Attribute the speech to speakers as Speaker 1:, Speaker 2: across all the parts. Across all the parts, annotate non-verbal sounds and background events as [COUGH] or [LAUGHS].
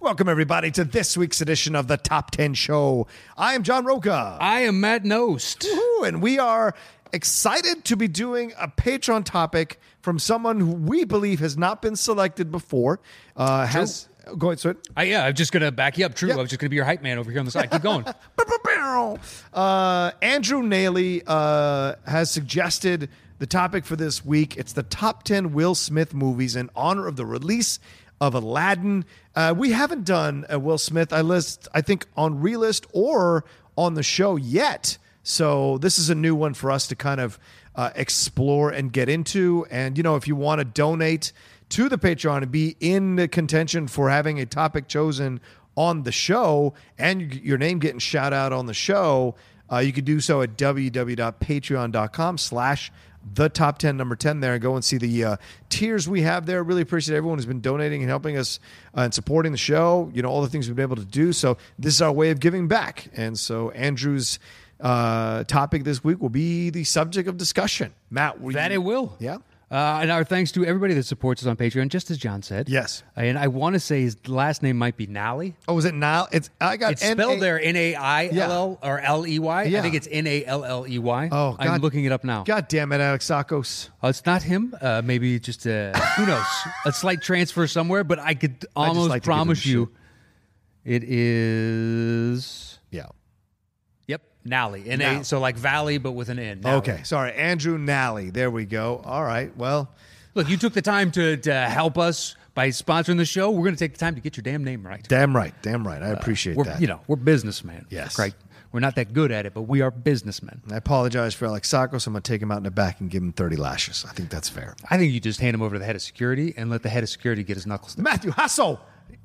Speaker 1: Welcome, everybody, to this week's edition of the Top 10 Show. I am John Roca.
Speaker 2: I am Matt Nost.
Speaker 1: Woo, and we are excited to be doing a Patreon topic from someone who we believe has not been selected before. Uh, has go ahead, Sweet.
Speaker 2: I, yeah, I'm just gonna back you up. True,
Speaker 1: Yep.
Speaker 2: I was just gonna be your hype man over here on the side. Keep going.
Speaker 1: Uh, Andrew Naley uh, has suggested the topic for this week. It's the top 10 Will Smith movies in honor of the release of Aladdin. Uh, we haven't done a Will Smith, I list, I think, on Relist or on the show yet. So this is a new one for us to kind of uh, explore and get into. And, you know, if you want to donate to the Patreon and be in the contention for having a topic chosen on the show and y- your name getting shout out on the show, uh, you can do so at www.patreon.com slash the top 10 number 10 there and go and see the uh, tiers we have there really appreciate everyone who's been donating and helping us uh, and supporting the show you know all the things we've been able to do so this is our way of giving back and so andrew's uh, topic this week will be the subject of discussion matt will
Speaker 2: [LAUGHS] that
Speaker 1: you-
Speaker 2: it will.
Speaker 1: yeah
Speaker 2: Uh, and our thanks to everybody that supports us on Patreon, just as John said. Uh,
Speaker 1: Yes.
Speaker 2: And I want to say his last name might be Nally.
Speaker 1: oh is it now it's i got
Speaker 2: It's spelled
Speaker 1: N-A-
Speaker 2: there N A I L L or L E Y.
Speaker 1: Yeah.
Speaker 2: I think it's N A L L E Y.
Speaker 1: oh god
Speaker 2: I'm looking it up now.
Speaker 1: god damn it alex Sakos.
Speaker 2: Uh, it's not him. Uh, maybe just a, who knows? A slight transfer somewhere, but I could almost
Speaker 1: like to give him
Speaker 2: promise
Speaker 1: shit.
Speaker 2: you it is.
Speaker 1: yeah
Speaker 2: Yep, Nally. N
Speaker 1: Nally.
Speaker 2: A. So like Valley, but with an N. Nally.
Speaker 1: okay sorry andrew nally there we go all right well
Speaker 2: Look, you took the time to, to help us by sponsoring the show. We're going to take the time to get your damn name right.
Speaker 1: damn right damn right i appreciate
Speaker 2: We're,
Speaker 1: that
Speaker 2: you know, we're businessmen.
Speaker 1: Yes.
Speaker 2: Right. We're not that good at it, but we are businessmen.
Speaker 1: I apologize for Alex Sakos. I'm going to take him out in the back and give him 30 lashes. I think that's fair.
Speaker 2: I think you just hand him over to the head of security and let the head of security get his knuckles. down.
Speaker 1: Matthew Hassel,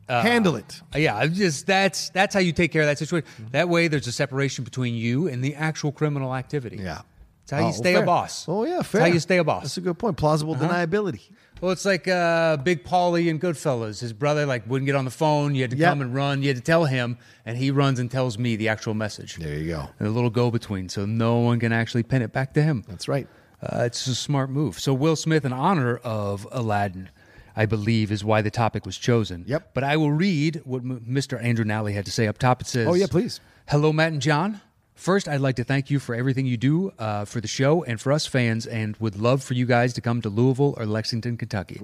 Speaker 2: Uh,
Speaker 1: handle it.
Speaker 2: Yeah, I'm just that's that's how you take care of that situation. That way, there's a separation between you and the actual criminal activity.
Speaker 1: Yeah.
Speaker 2: It's how
Speaker 1: Oh,
Speaker 2: you stay
Speaker 1: fair.
Speaker 2: a boss.
Speaker 1: Oh, yeah,
Speaker 2: It's
Speaker 1: fair.
Speaker 2: how you stay a boss. Uh-huh.
Speaker 1: That's a good point. Plausible deniability.
Speaker 2: Well, it's like uh, Big Paulie and Goodfellas. His brother like wouldn't get on the phone. You had to
Speaker 1: Yeah.
Speaker 2: come and run. You had to tell him, and he runs and tells me the actual message.
Speaker 1: There you go.
Speaker 2: And a little go-between, so no one can actually pin it back to him.
Speaker 1: That's right.
Speaker 2: Uh, it's a smart move. So Will Smith, in honor of Aladdin, I believe, is why the topic was chosen.
Speaker 1: Yep.
Speaker 2: But I will read what M- Mr. Andrew Nally had to say up top. It says,
Speaker 1: Oh, yeah, please.
Speaker 2: Hello, Matt and John. First, I'd like to thank you for everything you do uh, for the show and for us fans, and would love for you guys to come to Louisville or Lexington, Kentucky.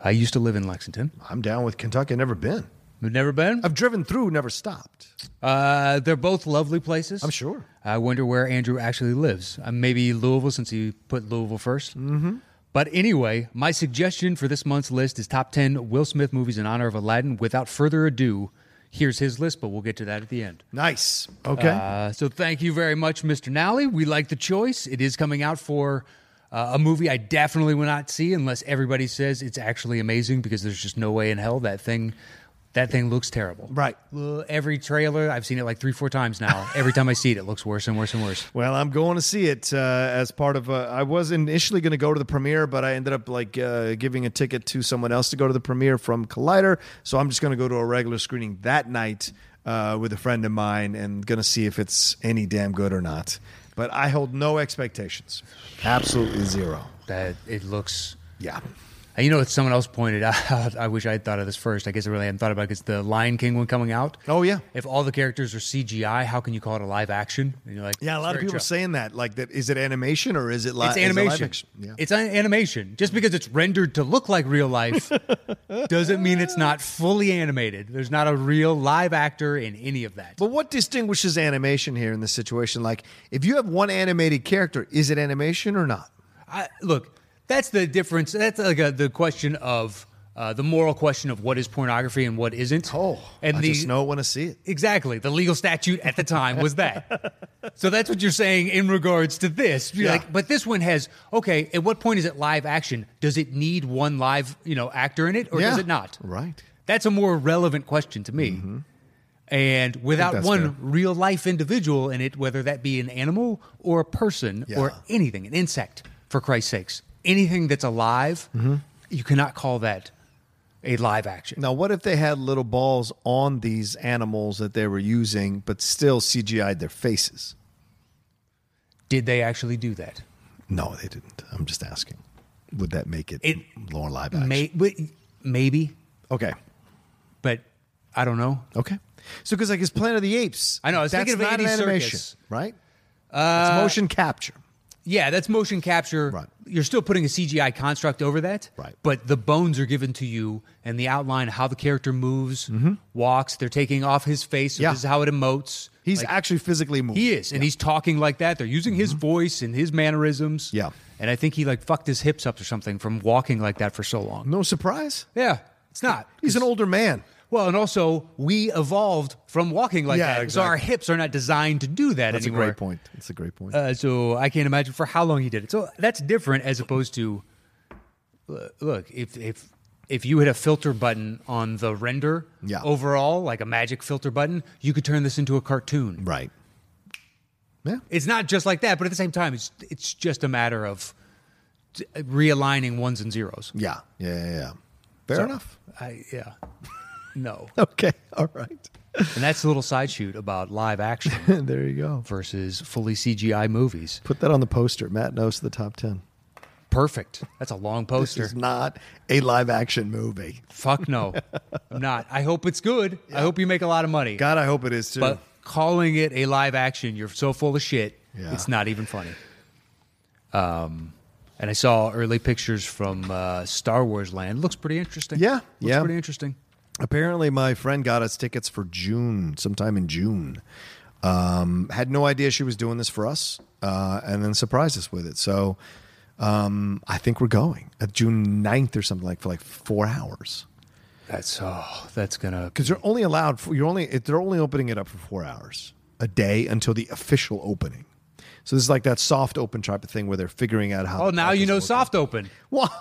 Speaker 2: I used to live in Lexington.
Speaker 1: I'm down with Kentucky. I've never been.
Speaker 2: We've never been.
Speaker 1: I've driven through, never stopped.
Speaker 2: Uh, they're both lovely places.
Speaker 1: I'm sure.
Speaker 2: I wonder where Andrew actually lives. Uh, maybe Louisville, since he put Louisville 1st Mm-hmm. But anyway, my suggestion for this month's list is top 10 Will Smith movies in honor of Aladdin. Without further ado, here's his list, but we'll get to that at the end.
Speaker 1: Nice. Okay.
Speaker 2: Uh, so thank you very much, Mr. Nally. We like the choice. It is coming out for uh, a movie I definitely will not see unless everybody says it's actually amazing because there's just no way in hell that thing that thing looks terrible.
Speaker 1: Right.
Speaker 2: Well, every trailer I've seen it like three, four times now.
Speaker 1: [LAUGHS]
Speaker 2: every time I see it, it looks worse and worse and worse.
Speaker 1: Well, I'm going to see it uh, as part of. A, I was initially going to go to the premiere, but I ended up like uh, giving a ticket to someone else to go to the premiere from Collider. So I'm just going to go to a regular screening that night uh, with a friend of mine and going to see if it's any damn good or not. But I hold no expectations. Absolutely zero.
Speaker 2: That it looks.
Speaker 1: Yeah.
Speaker 2: And you know what? Someone else pointed [LAUGHS] out. I wish I had thought of this first. I guess I really hadn't thought about it because the Lion King one coming out.
Speaker 1: Oh, yeah.
Speaker 2: If all the characters are CGI, how can you call it a live action? And you're like,
Speaker 1: Yeah, a
Speaker 2: it's
Speaker 1: lot of
Speaker 2: very
Speaker 1: people are
Speaker 2: true.
Speaker 1: saying that. Like, that is it animation or is it li-
Speaker 2: it's
Speaker 1: Uh, is it live?
Speaker 2: animation.
Speaker 1: action? Yeah.
Speaker 2: It's an animation. Just because it's rendered to look like
Speaker 1: [LAUGHS]
Speaker 2: real life doesn't mean it's not fully animated. There's not a real live actor in any of that.
Speaker 1: But what distinguishes animation here in this situation? Like, if you have one animated character, is it animation or not?
Speaker 2: I, look, that's the difference. That's like a, the question of uh, uh, the moral question of what is pornography and what isn't.
Speaker 1: Oh,
Speaker 2: and
Speaker 1: I
Speaker 2: the,
Speaker 1: just know when I see it.
Speaker 2: Exactly. The legal statute at the time
Speaker 1: [LAUGHS]
Speaker 2: was that. so that's what you're saying in regards to this. You're
Speaker 1: Yeah.
Speaker 2: like, but this one has okay, at what point is it live action? Does it need one live, you know, actor in it or
Speaker 1: Yeah.
Speaker 2: does it not?
Speaker 1: Right.
Speaker 2: That's a more relevant question to me. And without
Speaker 1: Mm-hmm. that's
Speaker 2: one
Speaker 1: fair.
Speaker 2: real life individual in it, whether that be an animal or a person or
Speaker 1: Yeah.
Speaker 2: anything, an insect, for Christ's sakes, anything that's alive,
Speaker 1: Mm-hmm.
Speaker 2: you cannot call that a live action.
Speaker 1: Now, what if they had little balls on these animals that they were using, but still CGI'd their faces?
Speaker 2: Did they actually do that?
Speaker 1: No, they didn't. I'm just asking. Would that make it,
Speaker 2: It
Speaker 1: more live action?
Speaker 2: May, but- maybe,
Speaker 1: okay.
Speaker 2: but I don't know.
Speaker 1: Okay. So, because like it's Planet of the Apes,
Speaker 2: I know, I was
Speaker 1: that's
Speaker 2: thinking of
Speaker 1: not an
Speaker 2: Andy
Speaker 1: animation,
Speaker 2: Serkis.
Speaker 1: right? Uh, it's motion capture.
Speaker 2: Yeah, that's motion capture.
Speaker 1: Right.
Speaker 2: You're still putting a CGI construct over that.
Speaker 1: Right.
Speaker 2: But the bones are given to you and the outline of how the character moves, walks. They're taking off his face.
Speaker 1: Mm-hmm.
Speaker 2: So
Speaker 1: Yeah.
Speaker 2: This is how it emotes.
Speaker 1: He's
Speaker 2: Like,
Speaker 1: actually physically moving.
Speaker 2: he is, and he's talking like that. They're using his voice and his mannerisms.
Speaker 1: Yeah.
Speaker 2: And I think he like fucked his hips up or something from walking like that for so long.
Speaker 1: No surprise.
Speaker 2: Yeah. It's not.
Speaker 1: He's an older man.
Speaker 2: Well, and also we evolved from walking like
Speaker 1: Yeah,
Speaker 2: that, so our
Speaker 1: exactly.
Speaker 2: hips are not designed to do that
Speaker 1: That's
Speaker 2: anymore.
Speaker 1: a great point. That's a great point.
Speaker 2: Uh, so I can't imagine for how long he did it. So that's different as opposed to uh, look if if if you hit a filter button on the render
Speaker 1: Yeah.
Speaker 2: overall, like a magic filter button, you could turn this into a cartoon.
Speaker 1: right. Yeah.
Speaker 2: It's not just like that, but at the same time, it's it's just a matter of t- realigning ones and zeros.
Speaker 1: Yeah. Yeah. Yeah. yeah. Fair
Speaker 2: So,
Speaker 1: enough. [LAUGHS]
Speaker 2: I, yeah. [LAUGHS] No,
Speaker 1: Okay. All right. [LAUGHS]
Speaker 2: and that's a little side shoot about live action
Speaker 1: there you go.
Speaker 2: versus fully CGI movies.
Speaker 1: Put that on the poster. Matt knows the top 10.
Speaker 2: Perfect. That's a long poster.
Speaker 1: It's not a live action movie. [LAUGHS]
Speaker 2: Fuck no, I'm not. I hope it's good. I hope you make a lot of money.
Speaker 1: God, I hope it is too.
Speaker 2: but calling it a live action, you're so full of shit.
Speaker 1: Yeah.
Speaker 2: It's not even funny. Um, and I saw early pictures from uh, Star Wars Land. Looks pretty interesting.
Speaker 1: Yeah,
Speaker 2: looks
Speaker 1: yeah.
Speaker 2: pretty interesting.
Speaker 1: Apparently, my friend got us tickets for June, sometime in June. Um, had no idea she was doing this for us, uh, and then surprised us with it. So um, I think we're going at June 9th or something like for like four hours.
Speaker 2: That's oh, that's gonna.
Speaker 1: Because they're only allowed for you're only they're only opening it up for four hours a day until the official opening. So this is like that soft open type of thing where they're figuring out how.
Speaker 2: Oh, now you know
Speaker 1: soft.
Speaker 2: soft open.
Speaker 1: [LAUGHS] Well,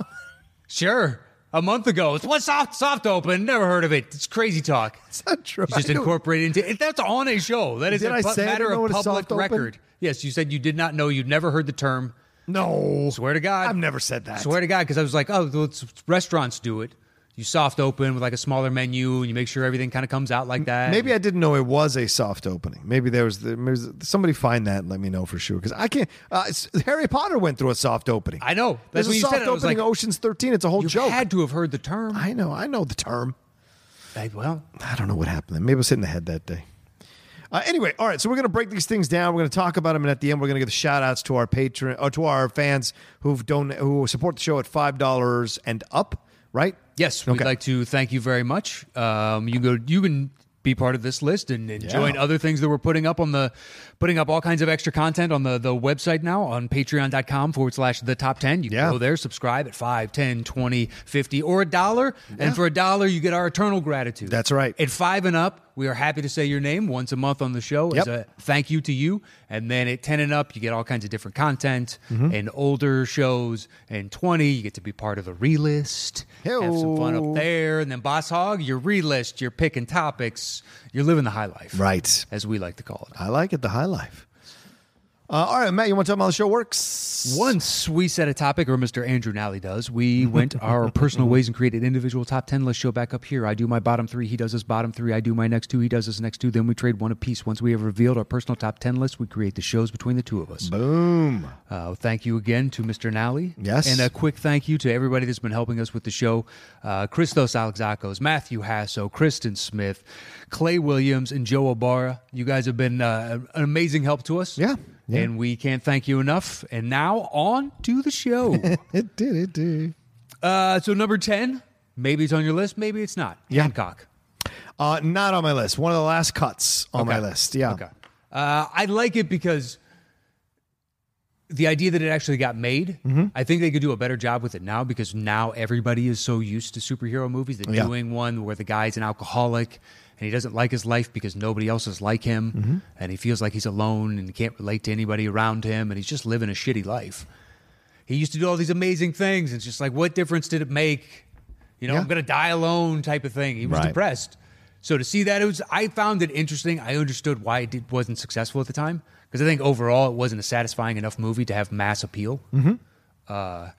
Speaker 2: Sure, a month ago, it's what soft soft open. Never heard of it. It's crazy talk.
Speaker 1: it's not true.
Speaker 2: It's
Speaker 1: [LAUGHS]
Speaker 2: just
Speaker 1: I don't-
Speaker 2: incorporated into it. That's on a show. That is
Speaker 1: Did
Speaker 2: a
Speaker 1: I
Speaker 2: pu-
Speaker 1: say I
Speaker 2: matter
Speaker 1: didn't know what
Speaker 2: of
Speaker 1: a
Speaker 2: public
Speaker 1: soft open-
Speaker 2: record. Yes, you said you did not know. You'd never heard the term.
Speaker 1: No,
Speaker 2: Swear to God,
Speaker 1: I've never said that.
Speaker 2: Swear to God, because I was like, oh, well, it's, restaurants do it. You soft open with like a smaller menu, and you make sure everything kind of comes out like that.
Speaker 1: Maybe I didn't know it was a soft opening. Maybe there was the, maybe somebody find that and let me know for sure because I can't. Uh, it's- Harry Potter went through a soft opening.
Speaker 2: I know.
Speaker 1: There's
Speaker 2: That's what
Speaker 1: a
Speaker 2: you
Speaker 1: soft
Speaker 2: said. I was
Speaker 1: opening.
Speaker 2: like,
Speaker 1: Ocean's Thirteen. It's a whole
Speaker 2: you
Speaker 1: joke.
Speaker 2: had to have heard the term.
Speaker 1: I know. I know the term.
Speaker 2: Like, well,
Speaker 1: I don't know what happened. Then. Maybe I was hitting the head that day. Uh, anyway, all right. So we're going to break these things down. We're going to talk about them, and at the end, we're going to give the shout outs to our patron or to our fans who've don- who support the show at five dollars and up. Right?
Speaker 2: yes, we'd
Speaker 1: Okay.
Speaker 2: like to thank you very much. Um, you go, you can be part of this list and, and
Speaker 1: Yeah.
Speaker 2: join other things that we're putting up on the putting up all kinds of extra content on the the website now on patreon.com forward slash the top 10 you can
Speaker 1: Yeah.
Speaker 2: go there subscribe at 5 10 20 50 or a dollar and for a dollar you get our eternal gratitude
Speaker 1: That's right.
Speaker 2: At five and up, we are happy to say your name once a month on the show
Speaker 1: Yep.
Speaker 2: as a thank you to you. And then at 10 and up, you get all kinds of different content
Speaker 1: Mm-hmm.
Speaker 2: and older shows. And 20, you get to be part of the relist. Have some fun
Speaker 1: Heyo.
Speaker 2: up there. And then Boss Hog, your relist, you're picking topics. You're living the high life.
Speaker 1: Right.
Speaker 2: As we like to call it.
Speaker 1: I like it. The high life. Uh, all right, Matt. You want to tell me how the show works?
Speaker 2: Once we set a topic, or Mr. Andrew Nally does, we went our personal ways and created individual top 10 Let's show back up here. I do my bottom three, he does his bottom three. I do my next two, he does his next two. Then we trade one apiece. Once we have revealed our personal top 10 list, we create the shows between the two of us.
Speaker 1: Boom.
Speaker 2: Uh, thank you again to Mr. Nally.
Speaker 1: Yes.
Speaker 2: And a quick thank you to everybody that's been helping us with the show uh, Christos Alexakos, Matthew Hasso, Kristen Smith, Clay Williams, and Joe Obara. You guys have been uh, an amazing help to us.
Speaker 1: Yeah. Yeah.
Speaker 2: And we can't thank you enough. And now on to
Speaker 1: [LAUGHS]
Speaker 2: the show.
Speaker 1: [LAUGHS] It did. It did.
Speaker 2: uh, so, number 10, maybe it's on your list, maybe it's not.
Speaker 1: Yeah.
Speaker 2: Hancock.
Speaker 1: Uh, not on my list. One of the last cuts on my
Speaker 2: Okay.
Speaker 1: list. Yeah.
Speaker 2: Okay. Uh, I like it because the idea that it actually got made,
Speaker 1: Mm-hmm.
Speaker 2: I think they could do a better job with it now because now everybody is so used to superhero movies. They're
Speaker 1: Yeah.
Speaker 2: doing one where the guy's an alcoholic and he doesn't like his life because nobody else is like him
Speaker 1: Mm-hmm.
Speaker 2: and he feels like he's alone and can't relate to anybody around him and he's just living a shitty life. He used to do all these amazing things. It's just like, what difference did it make? You know,
Speaker 1: Yeah.
Speaker 2: I'm going to die alone type of thing. He was
Speaker 1: Right.
Speaker 2: depressed. So to see that, it was I found it interesting. I understood why it did, wasn't successful at the time because I think overall it wasn't a satisfying enough movie to have mass appeal.
Speaker 1: Mm-hmm.
Speaker 2: Uh,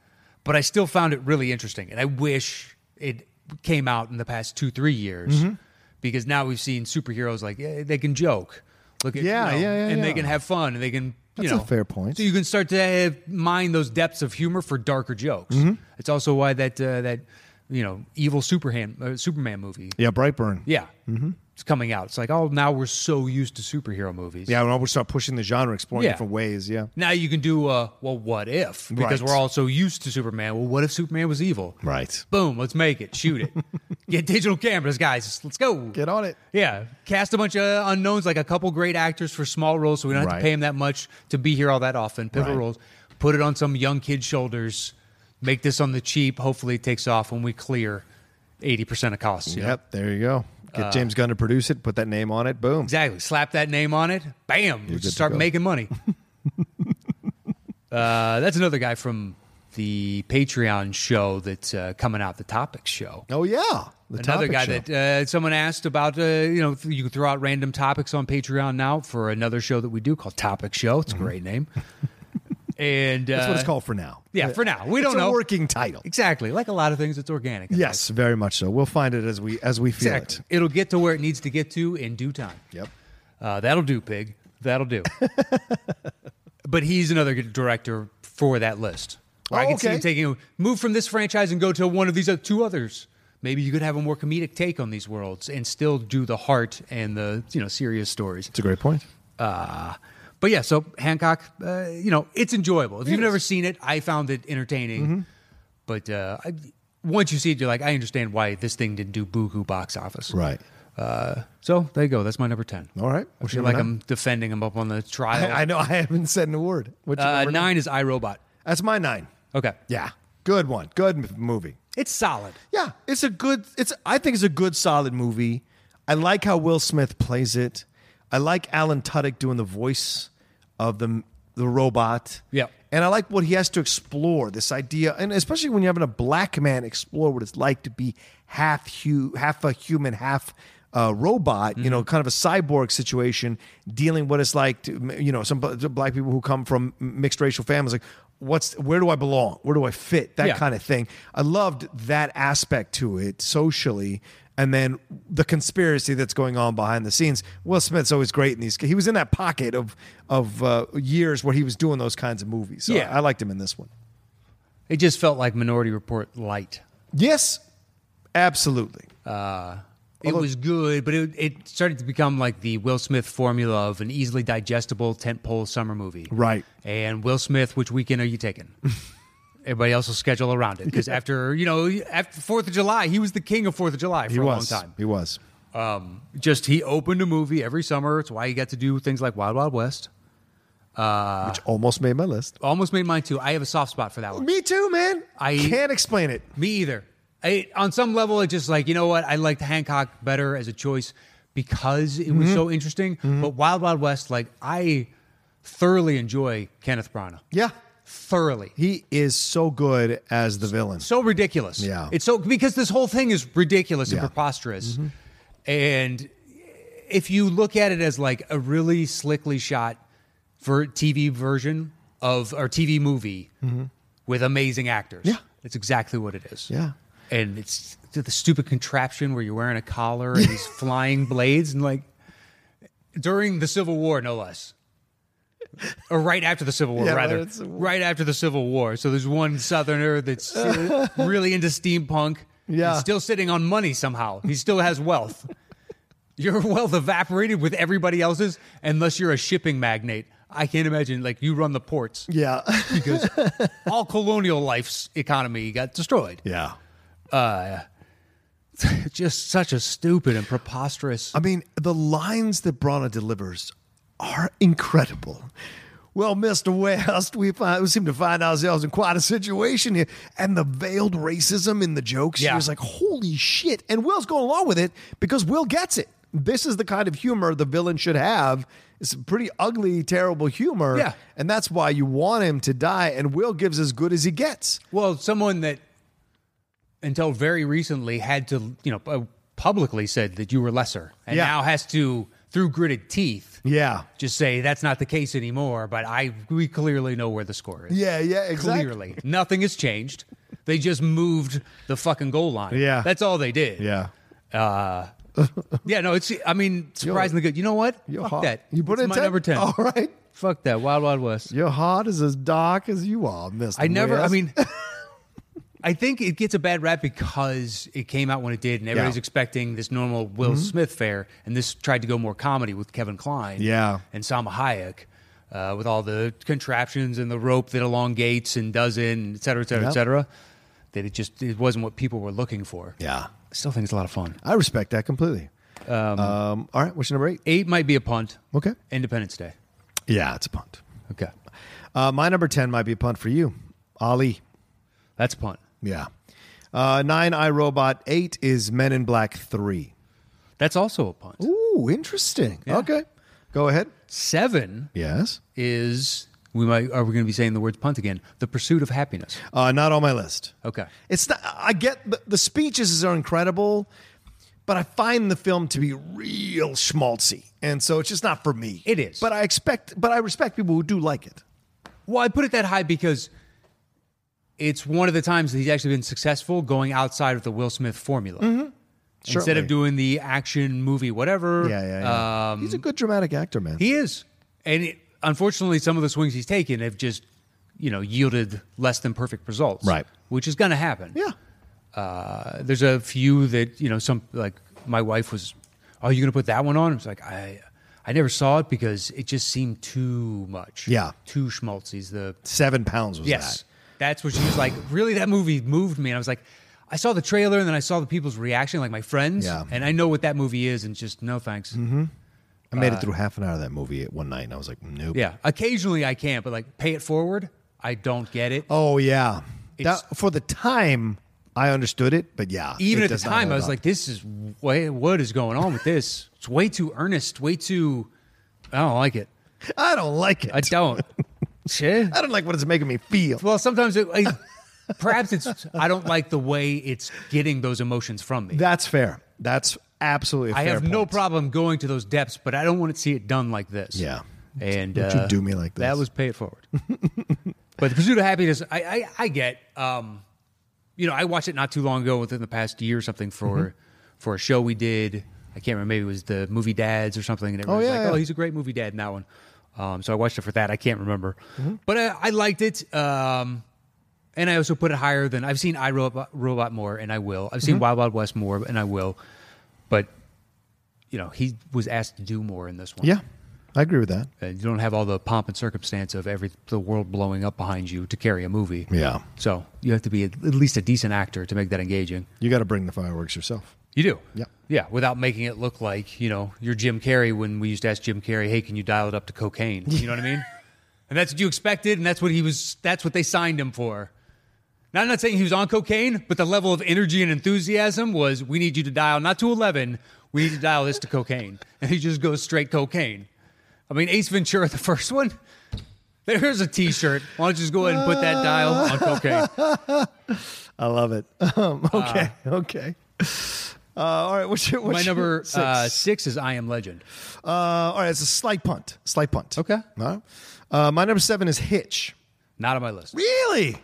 Speaker 2: but I still found it really interesting, and I wish it came out in the past two three years
Speaker 1: Mm-hmm.
Speaker 2: because now we've seen superheroes like yeah, they can joke, look at
Speaker 1: Yeah,
Speaker 2: you know,
Speaker 1: yeah, yeah,
Speaker 2: and
Speaker 1: yeah.
Speaker 2: they can have fun and they can.
Speaker 1: That's
Speaker 2: you
Speaker 1: a
Speaker 2: know,
Speaker 1: fair point.
Speaker 2: So you can start to have, mine those depths of humor for darker jokes.
Speaker 1: Mm-hmm.
Speaker 2: It's also why that uh, that you know evil Superman uh, Superman movie
Speaker 1: Yeah, Brightburn.
Speaker 2: yeah.
Speaker 1: Mm-hmm.
Speaker 2: It's coming out. It's like, oh, now we're so used to superhero movies.
Speaker 1: Yeah, when we start pushing the genre, exploring
Speaker 2: Yeah.
Speaker 1: different ways. Yeah.
Speaker 2: Now you can do, uh, well, what if? Because
Speaker 1: Right.
Speaker 2: we're all so used to Superman. Well, what if Superman was evil?
Speaker 1: Right.
Speaker 2: Boom, let's make it.
Speaker 1: [LAUGHS]
Speaker 2: Shoot it. Get digital cameras, guys. Let's go.
Speaker 1: Get on it.
Speaker 2: yeah. Cast a bunch of unknowns, like a couple great actors for small roles so we don't have
Speaker 1: Right.
Speaker 2: to pay them that much to be here all that often. Pivotal
Speaker 1: Right.
Speaker 2: roles. Put it on some young kid's shoulders. Make this on the cheap. Hopefully it takes off when we clear 80% of costs. you know?
Speaker 1: Yep. There you go. Get James Gunn to produce it. Put that name on it. Boom.
Speaker 2: Uh, Exactly. Slap that name on it. Bam. You
Speaker 1: good to
Speaker 2: just start
Speaker 1: go. [LAUGHS]
Speaker 2: making money. uh, that's another guy from the Patreon show that's uh, coming out, the topic show.
Speaker 1: Oh yeah. The
Speaker 2: another
Speaker 1: topic
Speaker 2: guy
Speaker 1: show.
Speaker 2: that uh, someone asked about, uh, you know, you can throw out random topics on Patreon now for another show that we do called Topic Show. It's a great name. [LAUGHS] and uh,
Speaker 1: Mm-hmm. That's what it's called for now.
Speaker 2: yeah, for now. We
Speaker 1: It's
Speaker 2: don't
Speaker 1: a
Speaker 2: know.
Speaker 1: working title.
Speaker 2: Exactly. Like a lot of things, it's organic.
Speaker 1: Yes, very much so. We'll find it as we as we feel
Speaker 2: Exactly. It'll get to where it needs to get to in due time.
Speaker 1: it. Yep.
Speaker 2: Uh, that'll do, pig.
Speaker 1: [LAUGHS]
Speaker 2: That'll do. but he's another good director for that list. Where I
Speaker 1: Oh,
Speaker 2: can see
Speaker 1: okay.
Speaker 2: him taking move from this franchise and go to one of these other, two others. Maybe you could have a more comedic take on these worlds and still do the heart and the you know serious stories.
Speaker 1: It's a great point.
Speaker 2: Uh, but yeah, so Hancock, uh, you know, it's enjoyable. If you've
Speaker 1: is. Mm-hmm.
Speaker 2: never seen it, I found it entertaining. But uh, I, once you see it, you're like, I understand why this thing didn't do boo box office.
Speaker 1: Right.
Speaker 2: Uh, so there you go. That's my number ten.
Speaker 1: All right.
Speaker 2: I
Speaker 1: What's
Speaker 2: feel
Speaker 1: your
Speaker 2: like
Speaker 1: number
Speaker 2: I'm defending him up on the trial.
Speaker 1: [LAUGHS] I, I know I haven't said a word. What's your
Speaker 2: uh,
Speaker 1: number?
Speaker 2: nine is iRobot.
Speaker 1: That's my nine.
Speaker 2: Okay,
Speaker 1: Yeah. Good one. Good m- movie.
Speaker 2: it's solid.
Speaker 1: Yeah, it's a good. It's I think it's a good, solid movie. I like how Will Smith plays it. I like Alan Tudyk doing the voice of the the robot.
Speaker 2: Yeah.
Speaker 1: and I like what he has to explore this idea, and especially when you're having a black man explore what it's like to be half hu- half a human, half. Uh, robot, you
Speaker 2: Mm-hmm.
Speaker 1: know, kind of a cyborg situation, dealing what it's like to, you know, some bl- black people who come from mixed racial families, like, what's, where do I belong? Where do I fit? That
Speaker 2: Yeah.
Speaker 1: kind of of thing. I loved that aspect to it socially, and then the conspiracy that's going on behind the scenes. Will Smith's always great in these. He was in that pocket of of uh, years where he was doing those kinds of movies. So
Speaker 2: Yeah.
Speaker 1: I, I liked him in this one.
Speaker 2: It just felt like Minority Report light.
Speaker 1: Yes, absolutely.
Speaker 2: It was good, but it, it started to become like the Will Smith formula of an easily digestible tentpole summer movie.
Speaker 1: Right.
Speaker 2: And Will Smith, which weekend are
Speaker 1: [LAUGHS]
Speaker 2: you taking? Everybody else will schedule around it because after you know after Fourth of July, he was the king of Fourth of July for
Speaker 1: He
Speaker 2: a
Speaker 1: was.
Speaker 2: long time.
Speaker 1: He was.
Speaker 2: Um, just he opened a movie every summer. It's why he got to do things like Wild Wild West.
Speaker 1: Which almost made my list.
Speaker 2: Almost made mine too. I have a soft spot for that one.
Speaker 1: Me too, man. I
Speaker 2: I-
Speaker 1: can't explain it.
Speaker 2: Me either. I, on some level, it's just like you know what I liked Hancock better as a choice because it was so interesting. But Wild Wild West, like I thoroughly enjoy Kenneth Branagh.
Speaker 1: Yeah,
Speaker 2: Thoroughly,
Speaker 1: he is so good as the villain.
Speaker 2: so ridiculous.
Speaker 1: Yeah.
Speaker 2: it's so because this whole thing is ridiculous
Speaker 1: Yeah. Mm-hmm.
Speaker 2: and preposterous. And if you look at it as like a really slickly shot for TV version of or TV movie with amazing actors,
Speaker 1: Mm-hmm. Yeah.
Speaker 2: that's exactly what it is.
Speaker 1: Yeah.
Speaker 2: and it's the stupid contraption where you're wearing a collar and
Speaker 1: [LAUGHS]
Speaker 2: these flying blades and like during the Civil War, no less. Or right after the Civil War,
Speaker 1: Yeah, right after
Speaker 2: rather.
Speaker 1: the Civil War.
Speaker 2: Right after the Civil War. So there's one
Speaker 1: [LAUGHS]
Speaker 2: Southerner that's uh, really into steampunk.
Speaker 1: Yeah.
Speaker 2: and still sitting on money somehow. He still has wealth. Your [LAUGHS] wealth evaporated with everybody else's, unless you're a shipping magnate. I can't imagine, like, you run the ports
Speaker 1: Yeah, [LAUGHS]
Speaker 2: because all colonial life's economy
Speaker 1: [LAUGHS]
Speaker 2: got destroyed.
Speaker 1: yeah.
Speaker 2: Just such a stupid and preposterous.
Speaker 1: I mean, the lines that Brana delivers are incredible. Well, Mr. West, we, find, we seem to find ourselves in quite a situation here. And the veiled racism in the jokes, she
Speaker 2: Yeah.
Speaker 1: was like, holy shit. And Will's going along with it because Will gets it. This is the kind of humor the villain should have. It's pretty ugly, terrible humor.
Speaker 2: Yeah.
Speaker 1: And that's why you want him to die. And Will gives as good as he gets.
Speaker 2: Well, someone that until very recently had to, you know, uh, publicly said that you were lesser and
Speaker 1: Yeah.
Speaker 2: now has to, through gritted teeth,
Speaker 1: Yeah.
Speaker 2: just say that's not the case anymore, but I we clearly know where the score is.
Speaker 1: Yeah, yeah, exactly.
Speaker 2: Clearly. Nothing has changed. They just moved the fucking goal line.
Speaker 1: Yeah.
Speaker 2: That's all they did.
Speaker 1: Yeah.
Speaker 2: Uh, yeah, no, it's I mean surprisingly good. You know what?
Speaker 1: You're
Speaker 2: Fuck
Speaker 1: hot.
Speaker 2: that.
Speaker 1: You put
Speaker 2: It's
Speaker 1: it Oh.
Speaker 2: my
Speaker 1: in 10?
Speaker 2: number ten.
Speaker 1: All right.
Speaker 2: Fuck that. Wild Wild West.
Speaker 1: Your heart is as dark as you are, Mr.
Speaker 2: I never. I
Speaker 1: West.
Speaker 2: [LAUGHS] mean, I think it gets a bad rap because it came out when it did, and everybody's expecting this normal Will Smith fare, and this tried to go more comedy with Kevin Kline,
Speaker 1: Yeah.
Speaker 2: and Salma Hayek, uh, with all the contraptions and the rope that elongates and doesn't, et cetera, et cetera,
Speaker 1: Yep.
Speaker 2: et cetera. That it just it wasn't what people were looking for.
Speaker 1: yeah.
Speaker 2: I still think it's a lot of fun.
Speaker 1: I respect that completely. um, all right. What's your number eight?
Speaker 2: Eight might be a punt.
Speaker 1: Okay.
Speaker 2: Independence Day.
Speaker 1: Yeah, it's a punt.
Speaker 2: Okay,
Speaker 1: Uh, my number 10 might be a punt for you, Ali.
Speaker 2: that's a punt.
Speaker 1: Yeah. Uh, nine, iRobot. Eight is Men in Black 3.
Speaker 2: That's also a punt.
Speaker 1: Ooh, interesting.
Speaker 2: Yeah.
Speaker 1: Okay. Go ahead.
Speaker 2: Seven
Speaker 1: Yes.
Speaker 2: is we might are we going to be saying the words punt again? The pursuit of happiness.
Speaker 1: Uh, not on my list.
Speaker 2: Okay.
Speaker 1: It's not, I get the, the speeches are incredible, but I find the film to be real schmaltzy. And so it's just not for me.
Speaker 2: It is.
Speaker 1: But I expect, but I respect people who do like it.
Speaker 2: Well, I put it that high because it's one of the times that he's actually been successful going outside of the Will Smith formula.
Speaker 1: Mm-hmm.
Speaker 2: Instead
Speaker 1: Certainly.
Speaker 2: of doing the action movie, whatever.
Speaker 1: Yeah, yeah, yeah.
Speaker 2: Um,
Speaker 1: He's a good dramatic actor, man.
Speaker 2: he is, and it, unfortunately, some of the swings he's taken have just you know yielded less than perfect results.
Speaker 1: Right.
Speaker 2: Which is going to happen.
Speaker 1: yeah.
Speaker 2: Uh, there's a few that you know some like my wife was oh you gonna put that one on i was like i i never saw it because it just seemed too much
Speaker 1: Yeah.
Speaker 2: too schmaltzy's the
Speaker 1: Seven pounds was
Speaker 2: yes
Speaker 1: that.
Speaker 2: that's what she was like really that movie moved me and i was like i saw the trailer and then i saw the people's reaction like my friends
Speaker 1: Yeah. Mm-hmm.
Speaker 2: and i know what that movie is and just no thanks
Speaker 1: I made it through half an hour of that movie one night, and I was like, nope.
Speaker 2: Uh, yeah occasionally i can't but like pay it forward i don't get it
Speaker 1: Oh yeah.
Speaker 2: It's-
Speaker 1: That- for the time, I understood it, but yeah,
Speaker 2: even
Speaker 1: it
Speaker 2: at the
Speaker 1: does not
Speaker 2: time, I
Speaker 1: hold
Speaker 2: was
Speaker 1: up.
Speaker 2: like, "This is way, what is going on with this? It's way too earnest, way too. oh, I don't like it.
Speaker 1: I don't like it.
Speaker 2: I
Speaker 1: I,
Speaker 2: don't. [LAUGHS] Shit.
Speaker 1: don't like what it's making me feel.
Speaker 2: Well, sometimes it, I, perhaps it's I don't like the way it's getting those emotions from me.
Speaker 1: That's fair. That's absolutely. A
Speaker 2: I
Speaker 1: fair
Speaker 2: have no
Speaker 1: point.
Speaker 2: problem going to those depths, but I don't want to see it done like this.
Speaker 1: Yeah.
Speaker 2: and
Speaker 1: Don't you
Speaker 2: uh,
Speaker 1: do me like
Speaker 2: That
Speaker 1: this.
Speaker 2: was pay it forward. [LAUGHS] but the pursuit of happiness, I I, I get. Um, you know, I watched it not too long ago, within the past year or something, for
Speaker 1: Mm-hmm.
Speaker 2: for a show we did. I can't remember. Maybe it was the movie Dads or something. And everyone was
Speaker 1: yeah,
Speaker 2: like,
Speaker 1: yeah.
Speaker 2: "Oh, he's a great movie dad in that one." Um, so I watched it for that. I can't remember,
Speaker 1: Mm-hmm.
Speaker 2: but uh, I liked it. Um, and I also put it higher than I've seen I Robot, Robot more, and I will. I've
Speaker 1: Mm-hmm.
Speaker 2: seen Wild Wild West more, and I will. But you know, he was asked to do more in this one.
Speaker 1: Yeah, I agree with that.
Speaker 2: and you don't have all the pomp and circumstance of every the world blowing up behind you to carry a movie.
Speaker 1: Yeah.
Speaker 2: so you have to be at at least a decent actor to make that engaging.
Speaker 1: You got to bring the fireworks yourself.
Speaker 2: You do.
Speaker 1: Yeah.
Speaker 2: Yeah. Without making it look like, you know, you're Jim Carrey when we used to ask Jim Carrey, hey, can you dial it up to cocaine? You know what I mean? And that's what you expected, and that's what he was that's what they signed him for. Now I'm not saying he was on cocaine, but the level of energy and enthusiasm was we need you to dial not to eleven, we need to dial this to cocaine. [LAUGHS] And he just goes straight cocaine. I mean, Ace Ventura, the first one. There's a T-shirt. Why don't you just go ahead and put that dial on cocaine?
Speaker 1: I love it. [LAUGHS] Um, okay, okay. Uh, all right, what's your what's
Speaker 2: My
Speaker 1: your
Speaker 2: number
Speaker 1: six?
Speaker 2: uh, six is I Am Legend.
Speaker 1: Uh, all right, it's a slight punt. Slight punt.
Speaker 2: Okay.
Speaker 1: All right. Uh, my number seven is Hitch.
Speaker 2: Not on my list.
Speaker 1: Really?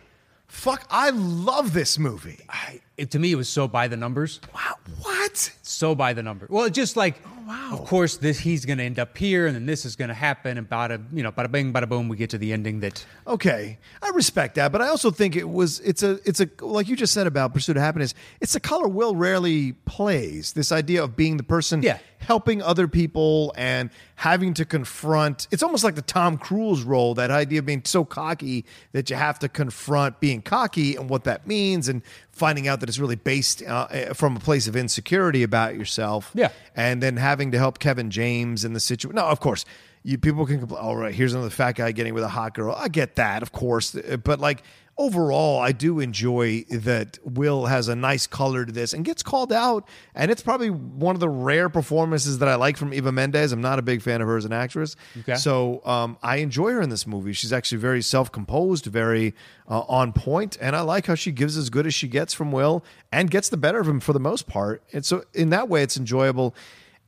Speaker 1: Fuck! I love this movie.
Speaker 2: I- it, to me, it was so by the numbers,
Speaker 1: Wow. What?
Speaker 2: so by the numbers. Well, just like,
Speaker 1: Oh, wow.
Speaker 2: of course, this he's going to end up here, and then this is going to happen, and bada, you know, bada bing, bada boom, we get to the ending that
Speaker 1: Okay, I respect that, but I also think it was it's a it's a like you just said about pursuit of happiness. It's a color Will rarely plays. This idea of being the person
Speaker 2: Yeah.
Speaker 1: helping other people and having to confront. It's almost like the Tom Cruise role. That idea of being so cocky that you have to confront being cocky and what that means, and finding out that it's really based uh, eh, from a place of insecurity about yourself
Speaker 2: Yeah.
Speaker 1: and then having to help Kevin James in the situation. No, of course, you people can complain. All right, here's another fat guy getting with a hot girl. I get that, of course, uh, but like overall, I do enjoy that Will has a nice color to this and gets called out. And it's probably one of the rare performances that I like from Eva Mendes. I'm not a big fan of her as an actress,
Speaker 2: Okay.
Speaker 1: so um, I enjoy her in this movie. She's actually very self composed, very uh, on point, and I like how she gives as good as she gets from Will and gets the better of him for the most part. And so in that way, it's enjoyable.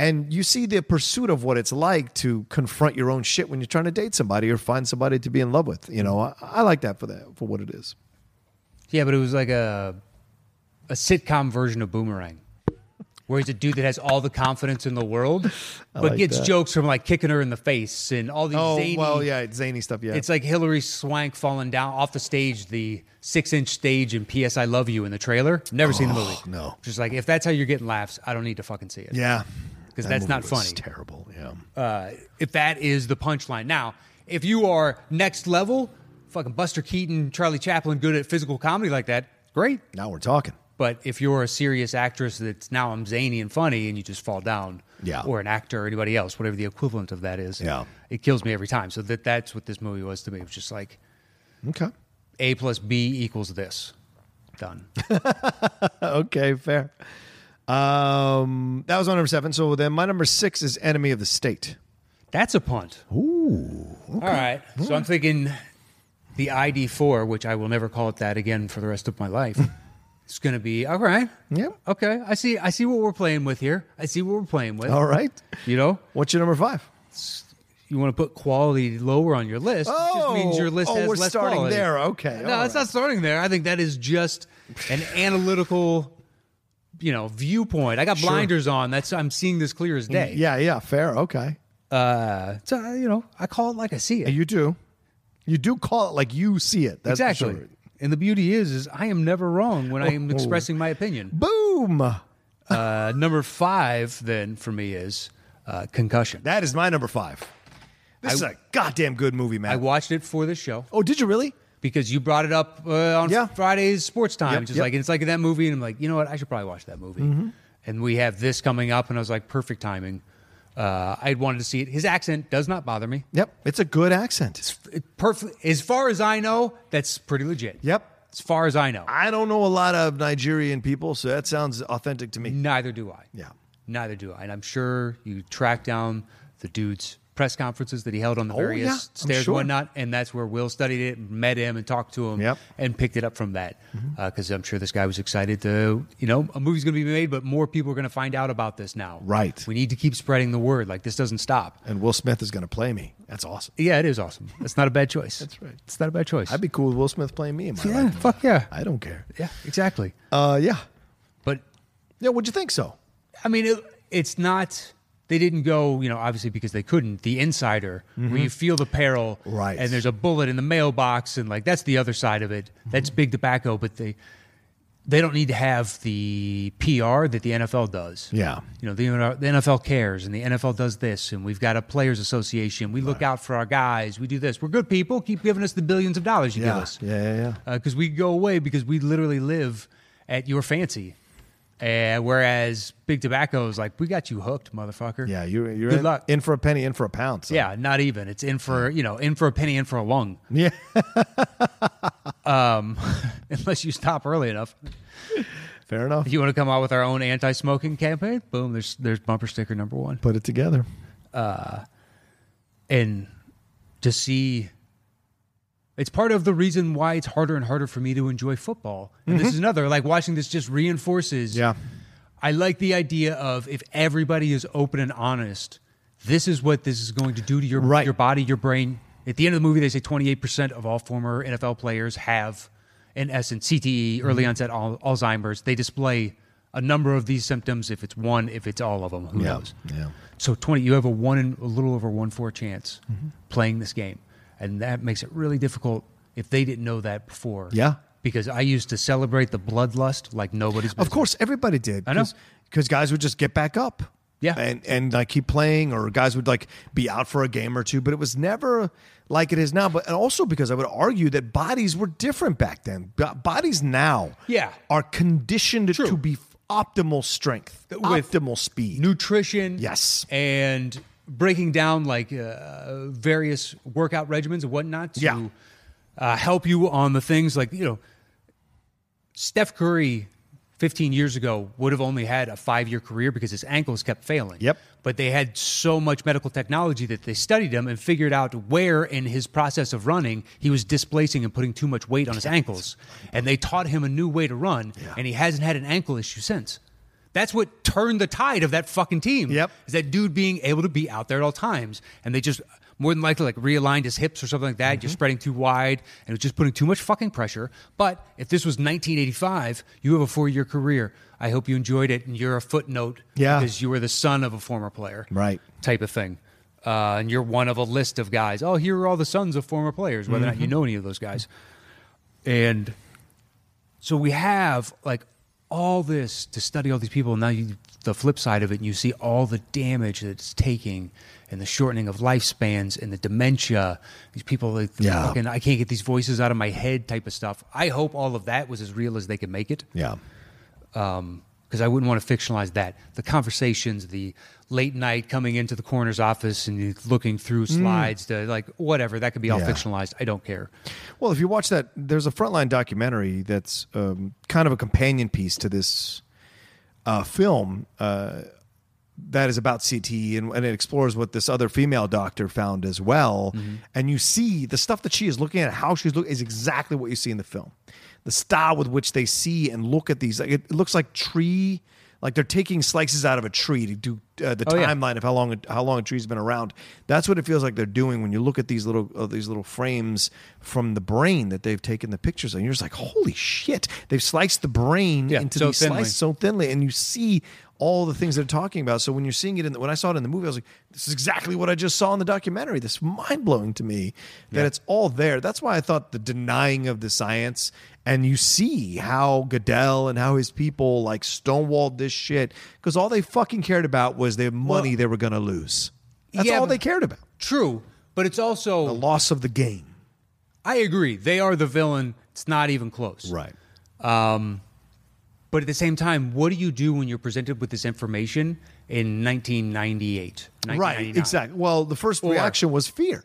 Speaker 1: And you see the pursuit of what it's like to confront your own shit when you're trying to date somebody or find somebody to be in love with. You know, I, I like that for that for what it is.
Speaker 2: Yeah, but it was like a a sitcom version of Boomerang, where he's a dude that has all the confidence in
Speaker 1: [LAUGHS]
Speaker 2: the world, but
Speaker 1: like
Speaker 2: gets
Speaker 1: that.
Speaker 2: jokes from like kicking her in the face and all these.
Speaker 1: Oh
Speaker 2: zany,
Speaker 1: well, yeah, it's zany stuff. Yeah,
Speaker 2: It's like Hillary Swank falling down off the stage, the six inch stage in P.S. I Love You in the trailer. Never seen the movie.
Speaker 1: Oh, no.
Speaker 2: Just like, if that's how you're getting laughs, I don't need to fucking see it.
Speaker 1: yeah,
Speaker 2: 'Cause
Speaker 1: That
Speaker 2: that's
Speaker 1: movie
Speaker 2: not
Speaker 1: was
Speaker 2: funny.
Speaker 1: Terrible. Yeah.
Speaker 2: Uh, if that is the punchline. Now, if you are next level, fucking Buster Keaton, Charlie Chaplin, good at physical comedy like that, great.
Speaker 1: now we're talking.
Speaker 2: But if you're a serious actress that's now I'm zany and funny and you just fall down,
Speaker 1: Yeah.
Speaker 2: or an actor or anybody else, whatever the equivalent of that is,
Speaker 1: Yeah.
Speaker 2: it kills me every time. So that that's what this movie was to me. It was just like
Speaker 1: Okay.
Speaker 2: A plus B equals this.
Speaker 1: [LAUGHS]
Speaker 2: Done.
Speaker 1: Okay, fair. Um, that was my number seven. So then my number six is Enemy of the State.
Speaker 2: That's a punt. Ooh. All right. So I'm thinking the ID4, which I will never call it that again for the rest of my life.
Speaker 1: [LAUGHS]
Speaker 2: it's going to be all right.
Speaker 1: Yep.
Speaker 2: Okay. I see. I see what we're playing with here. I see what we're playing with.
Speaker 1: All right.
Speaker 2: You know,
Speaker 1: What's your number five?
Speaker 2: you want to put quality lower on your list. it just means your list
Speaker 1: oh,
Speaker 2: has
Speaker 1: we're
Speaker 2: less
Speaker 1: starting
Speaker 2: quality.
Speaker 1: there. Okay.
Speaker 2: No,
Speaker 1: all
Speaker 2: it's
Speaker 1: right.
Speaker 2: not starting there. I think that is just
Speaker 1: [SIGHS]
Speaker 2: an analytical, you know, viewpoint. I got blinders on. That's I'm seeing this clear as day.
Speaker 1: Yeah, yeah, fair. Okay.
Speaker 2: Uh, so uh, you know, I call it like I see it.
Speaker 1: You do. You do call it like you see it. That's for
Speaker 2: exactly.
Speaker 1: sure.
Speaker 2: And the beauty is, is I am never wrong when I am expressing my opinion.
Speaker 1: Boom.
Speaker 2: Oh, Uh, number five, then for me is uh, concussion.
Speaker 1: That is my number five. This is a goddamn good movie,
Speaker 2: I
Speaker 1: man.
Speaker 2: watched it for the show.
Speaker 1: oh, did you really?
Speaker 2: because you brought it up uh, on
Speaker 1: Yeah.
Speaker 2: Friday's sports time.
Speaker 1: Yep,
Speaker 2: just
Speaker 1: yep.
Speaker 2: like it's like in that movie, and I'm like, you know what? I should probably watch that movie. And we have this coming up, and I was like, perfect timing. Uh, I wanted to see it. His accent does not bother me.
Speaker 1: Yep. It's a good accent.
Speaker 2: It perfect. As far as I know, that's pretty legit.
Speaker 1: Yep.
Speaker 2: As far as I know,
Speaker 1: I don't know a lot of Nigerian people, so that sounds authentic to me.
Speaker 2: neither do I.
Speaker 1: Yeah.
Speaker 2: Neither do I. And I'm sure you track down the dude's press conferences that he held on the various
Speaker 1: Oh, yeah, I'm
Speaker 2: stairs
Speaker 1: sure.
Speaker 2: and whatnot. And that's where Will studied it, and met him, and talked to him,
Speaker 1: Yep. Mm-hmm.
Speaker 2: and picked it up from that. Because I'm sure this guy was excited to, you know, a movie's going to be made, but more people are going to find out about this now.
Speaker 1: Right.
Speaker 2: We need to keep spreading the word. Like, this doesn't stop.
Speaker 1: And Will Smith is going to play me. That's awesome.
Speaker 2: Yeah, it is awesome. That's not a bad choice.
Speaker 1: That's right.
Speaker 2: It's not a bad choice.
Speaker 1: I'd be cool with Will Smith playing me in my
Speaker 2: yeah,
Speaker 1: life.
Speaker 2: fuck yeah.
Speaker 1: I don't care.
Speaker 2: yeah, exactly.
Speaker 1: Uh, yeah.
Speaker 2: But
Speaker 1: Yeah, what'd you think so?
Speaker 2: I mean, it, it's not. They didn't go, you know, obviously because they couldn't. The insider, where you feel the peril,
Speaker 1: Mhm. Right.
Speaker 2: And there's a bullet in the mailbox, and like that's the other side of it.
Speaker 1: Mhm.
Speaker 2: That's big tobacco, but they they don't need to have the PR that the NFL does.
Speaker 1: Yeah.
Speaker 2: you know, the, the NFL cares, and the NFL does this, and we've got a players' association. We look out for our guys. We do this. We're good people. Keep giving us the billions of dollars you give
Speaker 1: Yeah.
Speaker 2: us
Speaker 1: Yeah, yeah, yeah.
Speaker 2: because Uh, we go away because we literally live at your fancy. Uh, whereas Big Tobacco is like, we got you hooked, motherfucker.
Speaker 1: Yeah, you're, you're
Speaker 2: Good
Speaker 1: in,
Speaker 2: luck.
Speaker 1: in for a penny, in for a pound. son.
Speaker 2: Yeah, not even. It's in for you know, in for a penny, in for a lung,
Speaker 1: [LAUGHS]
Speaker 2: [LAUGHS]
Speaker 1: Yeah.
Speaker 2: unless you stop early enough.
Speaker 1: Fair enough.
Speaker 2: If you want to come out with our own anti-smoking campaign, boom, there's there's bumper sticker number one,
Speaker 1: Put it together.
Speaker 2: and to see. It's part of the reason why it's harder and harder for me to enjoy football. And this is another, like watching this just reinforces
Speaker 1: Yeah.
Speaker 2: I like the idea of if everybody is open and honest, this is what this is going to do to your
Speaker 1: Right.
Speaker 2: your body, your brain. At the end of the movie, they say 28% of all former NFL players have, in essence, CTE, early
Speaker 1: Mm-hmm.
Speaker 2: onset al- Alzheimer's. They display a number of these symptoms. If it's one, if it's all of them, who
Speaker 1: Yeah.
Speaker 2: knows?
Speaker 1: Yeah.
Speaker 2: So 20, you have a one in a little over one four chance
Speaker 1: Mm-hmm.
Speaker 2: playing this game, and that makes it really difficult if they didn't know that before.
Speaker 1: Yeah.
Speaker 2: because I used to celebrate the bloodlust like nobody's.
Speaker 1: Of course, everybody did.
Speaker 2: I know.
Speaker 1: Because guys would just get back up.
Speaker 2: Yeah.
Speaker 1: And, and like keep playing, or guys would like be out for a game or two, but it was never like it is now. But and also because I would argue that bodies were different back then. B- bodies now
Speaker 2: Yeah.
Speaker 1: are conditioned
Speaker 2: True.
Speaker 1: to be f- optimal strength,
Speaker 2: With
Speaker 1: optimal speed.
Speaker 2: nutrition,
Speaker 1: Yes.
Speaker 2: and breaking down like uh, various workout regimens and whatnot to
Speaker 1: Yeah.
Speaker 2: uh, help you on the things like you know Steph Curry 15 years ago would have only had a five year career because his ankles kept failing.
Speaker 1: Yep.
Speaker 2: But they had so much medical technology that they studied him and figured out where in his process of running he was displacing and putting too much weight on his ankles. And they taught him a new way to run, and he hasn't had an ankle issue since. That's what turned the tide of that fucking team.
Speaker 1: Yep.
Speaker 2: Is that dude being able to be out there at all times. And they just more than likely like realigned his hips or something like that,
Speaker 1: Mm-hmm.
Speaker 2: just spreading too wide and it was just putting too much fucking pressure. But if this was 1985, you have a four year career. I hope you enjoyed it and you're a footnote
Speaker 1: Yeah.
Speaker 2: because you were the son of a former player.
Speaker 1: Right.
Speaker 2: Type of thing. Uh, and you're one of a list of guys. Oh, here are all the sons of former players, whether or not you
Speaker 1: Mm-hmm.
Speaker 2: know any of those guys. And so we have like all this to study all these people. And now you, the flip side of it, and you see all the damage that it's taking and the shortening of lifespans and the dementia. These people, like,
Speaker 1: Yeah.
Speaker 2: fucking, I can't get these voices out of my head type of stuff. I hope all of that was as real as they could make it
Speaker 1: Yeah.
Speaker 2: because I wouldn't want to fictionalize that. The conversations, the late night coming into the coroner's office and you looking through slides to like whatever, that could be all
Speaker 1: Mm. Yeah.
Speaker 2: fictionalized. I don't care.
Speaker 1: Well, if you watch that, there's a frontline documentary that's um, kind of a companion piece to this uh, film uh, that is about CTE and, and it explores what this other female doctor found as well.
Speaker 2: Mm-hmm.
Speaker 1: And you see the stuff that she is looking at, how she's looking, is exactly what you see in the film. The style with which they see and look at these, like, it, it looks like tree, like they're taking slices out of a tree to do uh, the
Speaker 2: Oh, yeah.
Speaker 1: timeline of how long a- how long a tree's been around. That's what it feels like they're doing when you look at these little uh, these little frames from the brain that they've taken the pictures of. You're just like, holy shit! They've sliced the brain
Speaker 2: Yeah,
Speaker 1: into
Speaker 2: so
Speaker 1: these
Speaker 2: thinly.
Speaker 1: slices so thinly, and you see all the things they're talking about. So when you're seeing it in the, when I saw it in the movie, I was like, this is exactly what I just saw in the documentary. This is mind blowing to me that it's all there. That's why I thought the denying of the science, and you see how Goodell and how his people like stonewalled this shit because all they fucking cared about was their money they were gonna lose. That's
Speaker 2: Yeah,
Speaker 1: all
Speaker 2: but-
Speaker 1: they cared about.
Speaker 2: True, but it's also
Speaker 1: The loss of the game.
Speaker 2: I agree. They are the villain. It's not even close.
Speaker 1: Right.
Speaker 2: But at the same time, what do you do when you're presented with this information in 1998?
Speaker 1: Right.
Speaker 2: 1999?
Speaker 1: Exactly. Well, the first reaction was fear.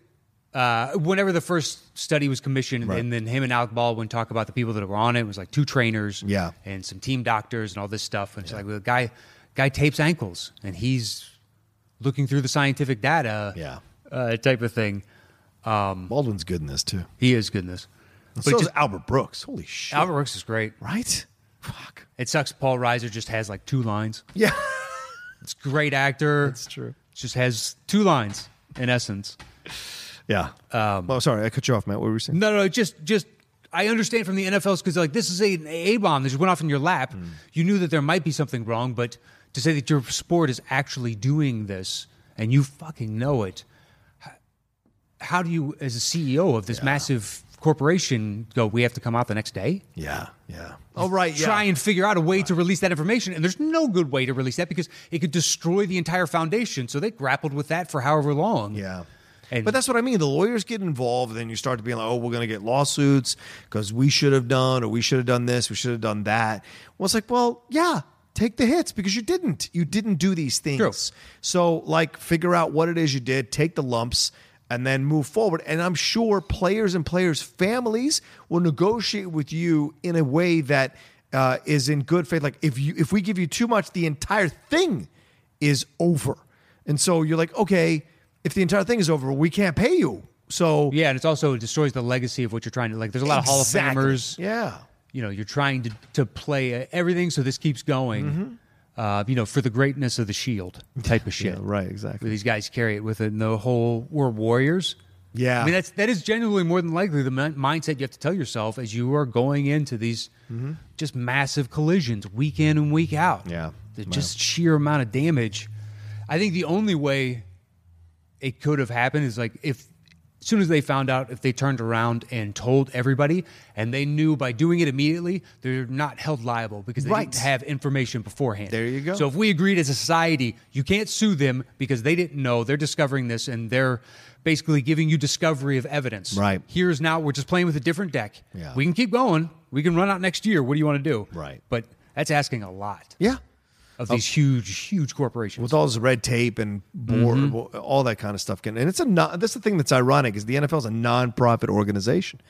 Speaker 2: Uh, whenever the first study was commissioned,
Speaker 1: Right.
Speaker 2: and then him and Alec Baldwin talk about the people that were on it, it was like two trainers
Speaker 1: Yeah.
Speaker 2: and some team doctors and all this stuff. And it's like, well, the guy, guy tapes ankles and he's looking through the scientific data
Speaker 1: Yeah.
Speaker 2: uh, type of thing.
Speaker 1: Baldwin's good in this too.
Speaker 2: He is goodness. But
Speaker 1: so
Speaker 2: it
Speaker 1: is
Speaker 2: just,
Speaker 1: Albert Brooks. Holy shit.
Speaker 2: Albert Brooks is great.
Speaker 1: Right? Fuck.
Speaker 2: It sucks Paul Reiser just has like two lines.
Speaker 1: [LAUGHS] Yeah.
Speaker 2: It's a great actor.
Speaker 1: It's true.
Speaker 2: Just has two lines in essence.
Speaker 1: Yeah. Um, well, sorry, I cut you off, Matt. What were you saying?
Speaker 2: No, no, just just I understand from the NFL's because like this is a a bomb that just went off in your lap. You knew that there might be something wrong, but to say that your sport is actually doing this and you fucking know it, h- how do you, as a CEO of this massive corporation, go? We have to come out the next day.
Speaker 1: Yeah. Yeah. Oh, right. Yeah.
Speaker 2: Try and figure out a way to release that information, and there's no good way to release that because it could destroy the entire foundation. So they grappled with that for however long.
Speaker 1: Yeah.
Speaker 2: And-
Speaker 1: but that's what I mean. The lawyers get involved, and then you start to be like, oh, we're going to get lawsuits because we should have done, or we should have done this, we should have done that. Well, it's like, well, yeah, take the hits because you didn't. You didn't do these things.
Speaker 2: True.
Speaker 1: So, like, figure out what it is you did, take the lumps, and then move forward. And I'm sure players and players' families will negotiate with you in a way that uh, is in good faith. Like, if you if we give you too much, the entire thing is over. And so you're like, okay, if the entire thing is over, we can't pay you. So
Speaker 2: Yeah, and it's also it destroys the legacy of what you're trying to like. There's a lot of
Speaker 1: Exactly.
Speaker 2: Hall of Famers.
Speaker 1: Yeah.
Speaker 2: you know you're trying to, to play everything so this keeps going uh, you know for the greatness of the shield type of shit
Speaker 1: right, exactly.
Speaker 2: Where these guys carry it with it and the whole we're warriors
Speaker 1: Yeah.
Speaker 2: i mean that's that is genuinely more than likely the min- mindset you have to tell yourself as you are going into these just massive collisions week in and week out
Speaker 1: Mm-hmm. Yeah.
Speaker 2: the just sheer amount of damage i think the only way it could have happened is like if as soon as they found out if they turned around and told everybody and they knew by doing it immediately they're not held liable because they
Speaker 1: Right.
Speaker 2: didn't have information beforehand
Speaker 1: There you go.
Speaker 2: so if we agreed as a society you can't sue them because they didn't know they're discovering this and they're basically giving you discovery of evidence
Speaker 1: Right.
Speaker 2: here's now we're just playing with a different deck
Speaker 1: Yeah.
Speaker 2: we can keep going we can run out next year what do you want to do
Speaker 1: Right. Oh.
Speaker 2: but that's asking a lot
Speaker 1: Yeah.
Speaker 2: of these huge, huge corporations.
Speaker 1: with all this red tape and board, all that kind of stuff. Can and it's a non, that's the thing that's ironic is the NFL is a nonprofit organization.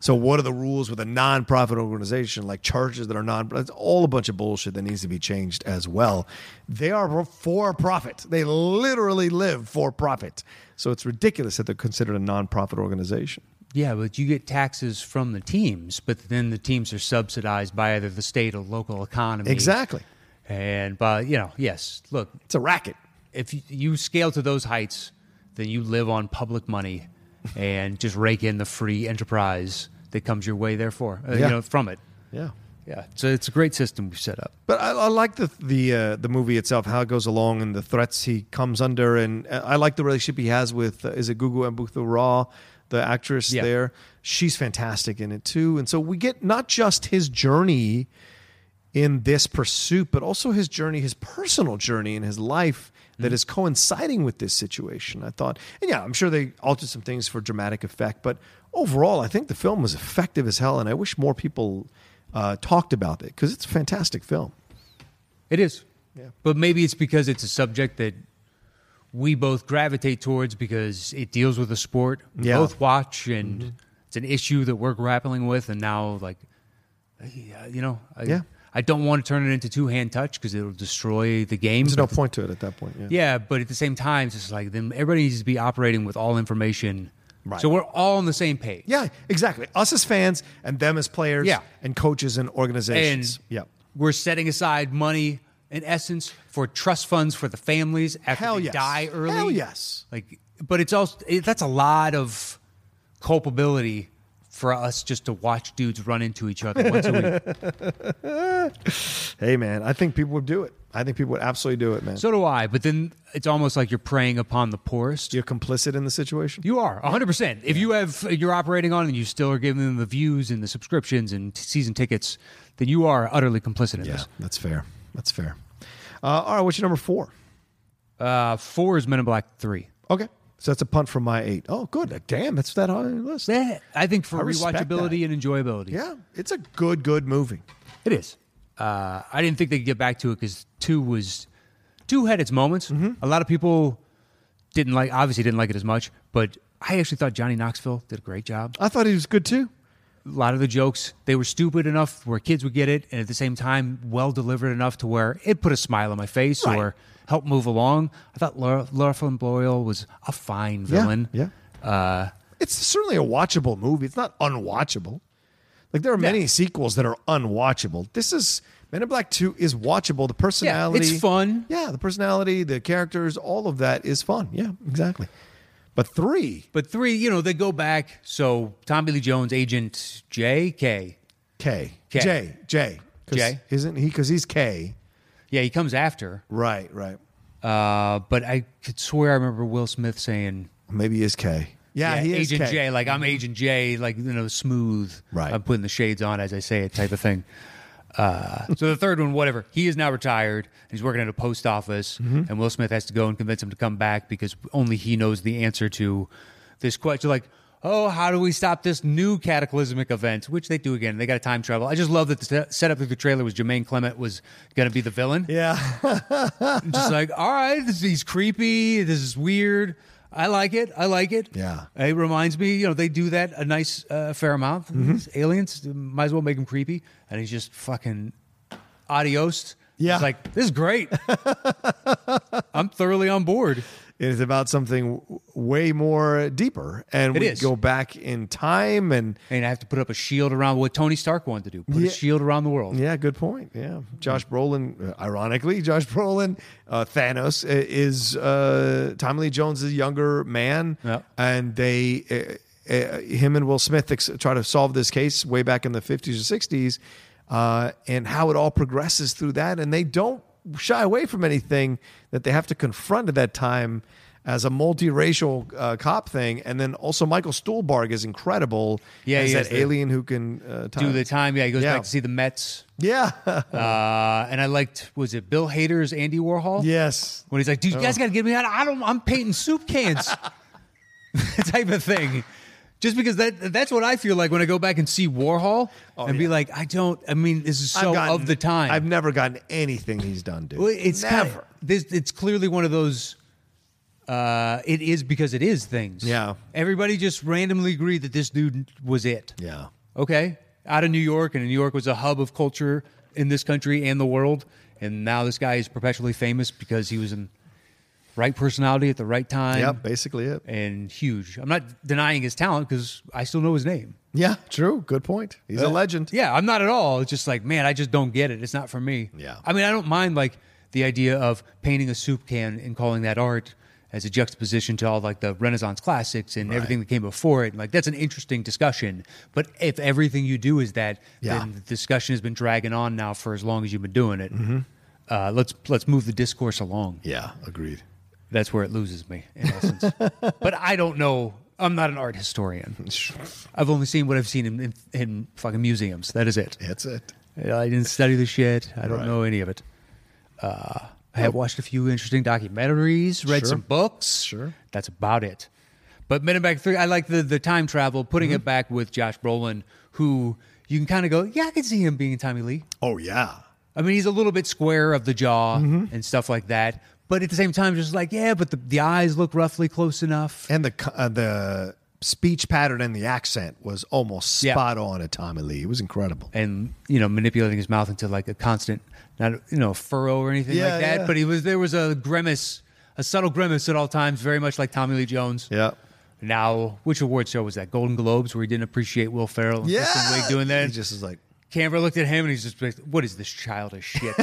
Speaker 1: So what are the rules with a nonprofit organization like charges that are non? It's all a bunch of bullshit that needs to be changed as well. They are for profit. They literally live for profit. So it's ridiculous that they're considered a nonprofit organization.
Speaker 2: Yeah, but you get taxes from the teams, but then the teams are subsidized by either the state or local economy.
Speaker 1: Exactly,
Speaker 2: And by you know, yes, look,
Speaker 1: it's a racket.
Speaker 2: if you, you scale to those heights, then you live on public money and just rake in the free enterprise that comes your way. Therefore, uh,
Speaker 1: Yeah.
Speaker 2: you know, from it.
Speaker 1: Yeah.
Speaker 2: Yeah, so it's a great system we've set up.
Speaker 1: But I, I like the the uh, the movie itself, how it goes along, and the threats he comes under, and uh, I like the relationship he has with uh, is it Gugu Mbuthu Raw, the actress
Speaker 2: Yeah.
Speaker 1: there. She's fantastic in it too, and so we get not just his journey in this pursuit, but also his journey, his personal journey in his life that is coinciding with this situation. I thought, and yeah, I'm sure they altered some things for dramatic effect, but overall, I think the film was effective as hell, and I wish more people uh, talked about it because it's a fantastic film.
Speaker 2: It is. Yeah. But maybe it's because it's a subject that we both gravitate towards because it deals with a sport we
Speaker 1: Yeah. Mm-hmm.
Speaker 2: both watch and it's an issue that we're grappling with and now like yeah, you know, I,
Speaker 1: Yeah.
Speaker 2: I don't want to turn it into two hand touch because it'll destroy the game.
Speaker 1: There's
Speaker 2: but
Speaker 1: no point to it at that point. Yeah.
Speaker 2: Yeah, but at the same time, it's just like then everybody needs to be operating with all information.
Speaker 1: Right.
Speaker 2: So we're all on the same page.
Speaker 1: Yeah, exactly. Us as fans and them as players
Speaker 2: Yeah.
Speaker 1: and coaches and organizations.
Speaker 2: And
Speaker 1: yeah.
Speaker 2: we're setting aside money in essence for trust funds for the families after
Speaker 1: Hell
Speaker 2: they
Speaker 1: yes.
Speaker 2: die early.
Speaker 1: Hell yes.
Speaker 2: Like, but it's also it, that's a lot of culpability for us just to watch dudes run into each other once a
Speaker 1: [LAUGHS]
Speaker 2: week.
Speaker 1: Hey, man, I think people would do it. I think people would absolutely do it, man.
Speaker 2: So do I. But then it's almost like you're preying upon the poorest.
Speaker 1: You're complicit in the situation.
Speaker 2: You are 100%. If you have you're operating on and you still are giving them the views and the subscriptions and t- season tickets, then you are utterly complicit in
Speaker 1: yeah,
Speaker 2: this.
Speaker 1: that's fair. That's fair. Uh, all right, what's your number four?
Speaker 2: Uh, 4 is Men in Black 3.
Speaker 1: Okay. So that's a punt from my eight. Oh, good. Damn, that's that high on your list.
Speaker 2: That I think for
Speaker 1: Eh, I respect
Speaker 2: rewatchability and enjoyability.
Speaker 1: Yeah, it's a good, good movie.
Speaker 2: It is. Uh, I didn't think they could get back to it because two was two had its moments.
Speaker 1: Mm-hmm.
Speaker 2: A lot of people didn't like, obviously didn't like it as much, but I actually thought Johnny Knoxville did a great job.
Speaker 1: I thought he was good too.
Speaker 2: A lot of the jokes they were stupid enough where kids would get it, and at the same time, well delivered enough to where it put a smile on my face
Speaker 1: Right.
Speaker 2: or helped move along. I thought Laura, Laura Flynn Boyle was a fine villain.
Speaker 1: Yeah.
Speaker 2: Uh,
Speaker 1: It's certainly a watchable movie. It's not unwatchable. Like there are many sequels that are unwatchable. This is Men in Black Two is watchable. The personality,
Speaker 2: fun.
Speaker 1: Yeah, the personality, the characters, all of that is fun. Yeah, exactly. But three
Speaker 2: but three, you know, they go back. So Tommy Lee Jones, Agent J.K.
Speaker 1: K
Speaker 2: K.
Speaker 1: J J 'Cause
Speaker 2: J.
Speaker 1: isn't he? Because he's K.
Speaker 2: Yeah, he comes after.
Speaker 1: Right, right.
Speaker 2: Uh, but I could swear I remember Will Smith saying,
Speaker 1: Maybe he is K. Yeah, he is
Speaker 2: Agent
Speaker 1: K. Mm-hmm.
Speaker 2: J, like I'm Agent J, like you know, smooth.
Speaker 1: Right.
Speaker 2: I'm putting the shades on as I say it, type of thing. Uh, so the third one, whatever. He is now retired. He's working at a post office,
Speaker 1: Mm-hmm.
Speaker 2: and Will Smith has to go and convince him to come back because only he knows the answer to this question. Like, oh, how do we stop this new cataclysmic event? Which they do again. They got a time travel. I just love that the set- setup through the trailer was Jermaine Clement was going to be the villain.
Speaker 1: Yeah, [LAUGHS]
Speaker 2: I'm just like, all right, this, he's creepy. This is weird. I like it. I like it.
Speaker 1: Yeah.
Speaker 2: It reminds me, you know, they do that a nice uh, fair amount.
Speaker 1: Mm-hmm.
Speaker 2: These aliens, might as well make them creepy. And he's just fucking adios.
Speaker 1: Yeah.
Speaker 2: It's like, this
Speaker 1: [LAUGHS]
Speaker 2: is great. I'm thoroughly on board.
Speaker 1: it is about something w- way more deeper, and
Speaker 2: It
Speaker 1: we
Speaker 2: is.
Speaker 1: go back in time and.
Speaker 2: And I have to put up a shield around what Tony Stark wanted to do put
Speaker 1: Yeah.
Speaker 2: a shield around the world.
Speaker 1: Yeah, good point. Yeah,
Speaker 2: Hmm.
Speaker 1: Josh Brolin, uh, ironically, [LAUGHS] Josh Brolin, uh, Thanos uh, is uh, Tommy Lee Jones' younger man,
Speaker 2: Yeah.
Speaker 1: and they, uh, uh, him and Will Smith ex- try to solve this case way back in the fifties or sixties, uh, and how it all progresses through that, and they don't shy away from anything that they have to confront at that time. As a multiracial uh, cop thing, and then also Michael Stuhlbarg is incredible.
Speaker 2: Yeah,
Speaker 1: as
Speaker 2: he
Speaker 1: that
Speaker 2: is the-
Speaker 1: alien who can uh,
Speaker 2: Do
Speaker 1: time.
Speaker 2: the time. Yeah. He goes
Speaker 1: Yeah.
Speaker 2: back to see the Mets. [LAUGHS]
Speaker 1: yeah, [LAUGHS]
Speaker 2: Uh, and I liked, was it Bill Hader's Andy Warhol?
Speaker 1: yes,
Speaker 2: when he's like,
Speaker 1: Oh.
Speaker 2: [LAUGHS] "Dude, you guys got to get me out! I don't, I'm painting soup cans," type of thing. Just because that that's what I feel like when I go back and see Warhol and be
Speaker 1: Oh, yeah.
Speaker 2: like, I don't. I mean, this is
Speaker 1: I've
Speaker 2: so
Speaker 1: gotten-
Speaker 2: of the time.
Speaker 1: I've never gotten anything he's done, dude.
Speaker 2: Well, it's
Speaker 1: never.
Speaker 2: kinda- this, it's clearly one of those. Uh, it is because it is things.
Speaker 1: Yeah.
Speaker 2: Everybody just randomly agreed that this dude was it.
Speaker 1: yeah.
Speaker 2: Okay. Out of New York, and New York was a hub of culture in this country and the world. And now this guy is perpetually famous because he was in right personality at the right time.
Speaker 1: Yeah, basically it.
Speaker 2: And huge. I'm not denying his talent because I still know his name.
Speaker 1: Yeah, true. Good point. He's a legend.
Speaker 2: Yeah, I'm not at all. It's just like, man, I just don't get it. It's not for me.
Speaker 1: Yeah.
Speaker 2: I mean, I don't mind like the idea of painting a soup can and calling that art as a juxtaposition to all like the Renaissance classics and everything that came before it. Like that's an interesting discussion. But if everything you do is that,
Speaker 1: Yeah.
Speaker 2: then the discussion has been dragging on now for as long as you've been doing it.
Speaker 1: Mm-hmm.
Speaker 2: Uh, let's let's move the discourse along.
Speaker 1: Yeah, agreed.
Speaker 2: That's where it loses me
Speaker 1: [LAUGHS]
Speaker 2: in essence. but I don't know. I'm not an art historian. I've only seen what I've seen in, in, in fucking museums. That is it.
Speaker 1: That's it.
Speaker 2: I didn't study the shit. I don't
Speaker 1: Right.
Speaker 2: know any of it. Uh, I have watched a few interesting documentaries, read
Speaker 1: Sure.
Speaker 2: some books.
Speaker 1: Sure.
Speaker 2: That's about it. But Men in Black 3, I like the, the time travel, putting
Speaker 1: Mm-hmm.
Speaker 2: it back with Josh Brolin, who you can kind of go, yeah, I can see him being Tommy Lee.
Speaker 1: Oh yeah.
Speaker 2: I mean, he's a little bit square of the jaw
Speaker 1: Mm-hmm.
Speaker 2: and stuff like that. But at the same time, just like, yeah, but the, the eyes look roughly close enough.
Speaker 1: And the co- uh, the speech pattern and the accent was almost
Speaker 2: Yeah.
Speaker 1: spot on at Tommy Lee. It was incredible.
Speaker 2: and you know manipulating his mouth into like a constant not you know furrow or anything
Speaker 1: Yeah,
Speaker 2: like that
Speaker 1: yeah.
Speaker 2: but he was there was a grimace a subtle grimace at all times very much like tommy lee jones
Speaker 1: Yeah.
Speaker 2: now which award show was that golden globes where he didn't appreciate will ferrell and kristen wiig doing that
Speaker 1: He just is like,
Speaker 2: Canberra looked at him and he's just like, "What is this childish
Speaker 1: [LAUGHS]
Speaker 2: shit?"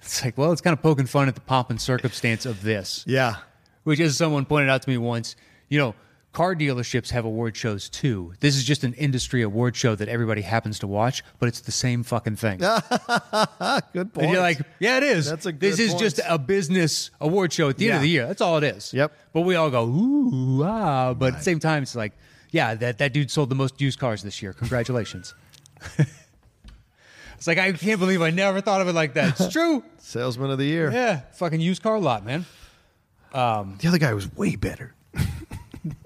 Speaker 2: it's like, well, it's kind of poking fun at the pomp and circumstance of this,
Speaker 1: yeah,
Speaker 2: which, as someone pointed out to me once, you know, car dealerships have award shows too. This is just an industry award show that everybody happens to watch, but it's the same fucking thing.
Speaker 1: good point.
Speaker 2: and you're like, yeah, it is.
Speaker 1: That's a good
Speaker 2: this is
Speaker 1: point.
Speaker 2: just a business award show at the end
Speaker 1: Yeah.
Speaker 2: of the year. That's all it is.
Speaker 1: Yep.
Speaker 2: But we all go, ooh, ah. But at the same time, it's like, yeah, that, that dude sold the most used cars this
Speaker 1: [LAUGHS]
Speaker 2: year. Congratulations. it's like, I can't believe I never thought of it like that. It's true.
Speaker 1: salesman of the year.
Speaker 2: yeah. Fucking used car lot, man.
Speaker 1: The other guy was way better.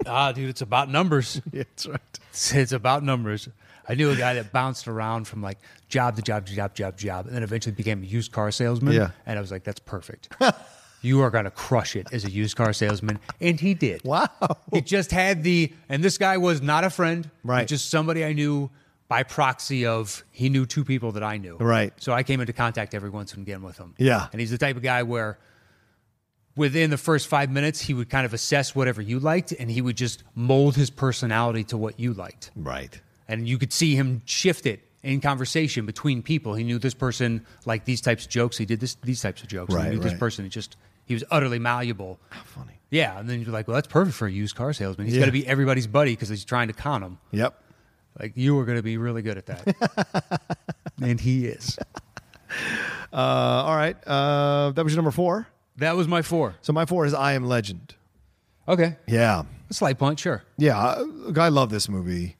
Speaker 2: Ah, dude, it's about numbers.
Speaker 1: [LAUGHS] Yeah, that's right.
Speaker 2: It's, it's about numbers. I knew a guy that bounced around from like job to job to job, job, job, and then eventually became a used car salesman.
Speaker 1: Yeah.
Speaker 2: And I was like, that's perfect. [LAUGHS] you are going to crush it as a used car salesman. And he did.
Speaker 1: Wow.
Speaker 2: He just had the, and this guy was not a friend,
Speaker 1: Right.
Speaker 2: Just somebody I knew by proxy of he knew two people that I knew.
Speaker 1: Right.
Speaker 2: So I came into contact every once and again with him.
Speaker 1: Yeah.
Speaker 2: And he's the type of guy where within the first five minutes, he would kind of assess whatever you liked and he would just mold his personality to what you liked.
Speaker 1: Right.
Speaker 2: And you could see him shift it in conversation between people. He knew this person liked these types of jokes. He did this these types of jokes.
Speaker 1: Right,
Speaker 2: he knew this
Speaker 1: right.
Speaker 2: person. He just he was utterly malleable.
Speaker 1: How funny.
Speaker 2: Yeah, and then you're like, well, that's perfect for a used car salesman. He's
Speaker 1: Yeah.
Speaker 2: got to be everybody's buddy because he's trying to con them.
Speaker 1: Yep.
Speaker 2: Like you are going to be really good at that,
Speaker 1: [LAUGHS]
Speaker 2: and he is.
Speaker 1: Uh, all right. Uh, that was your number four.
Speaker 2: That was my four.
Speaker 1: So my four is I Am Legend.
Speaker 2: Okay,
Speaker 1: Yeah.
Speaker 2: a slight punt, sure.
Speaker 1: Yeah. I, I love this movie.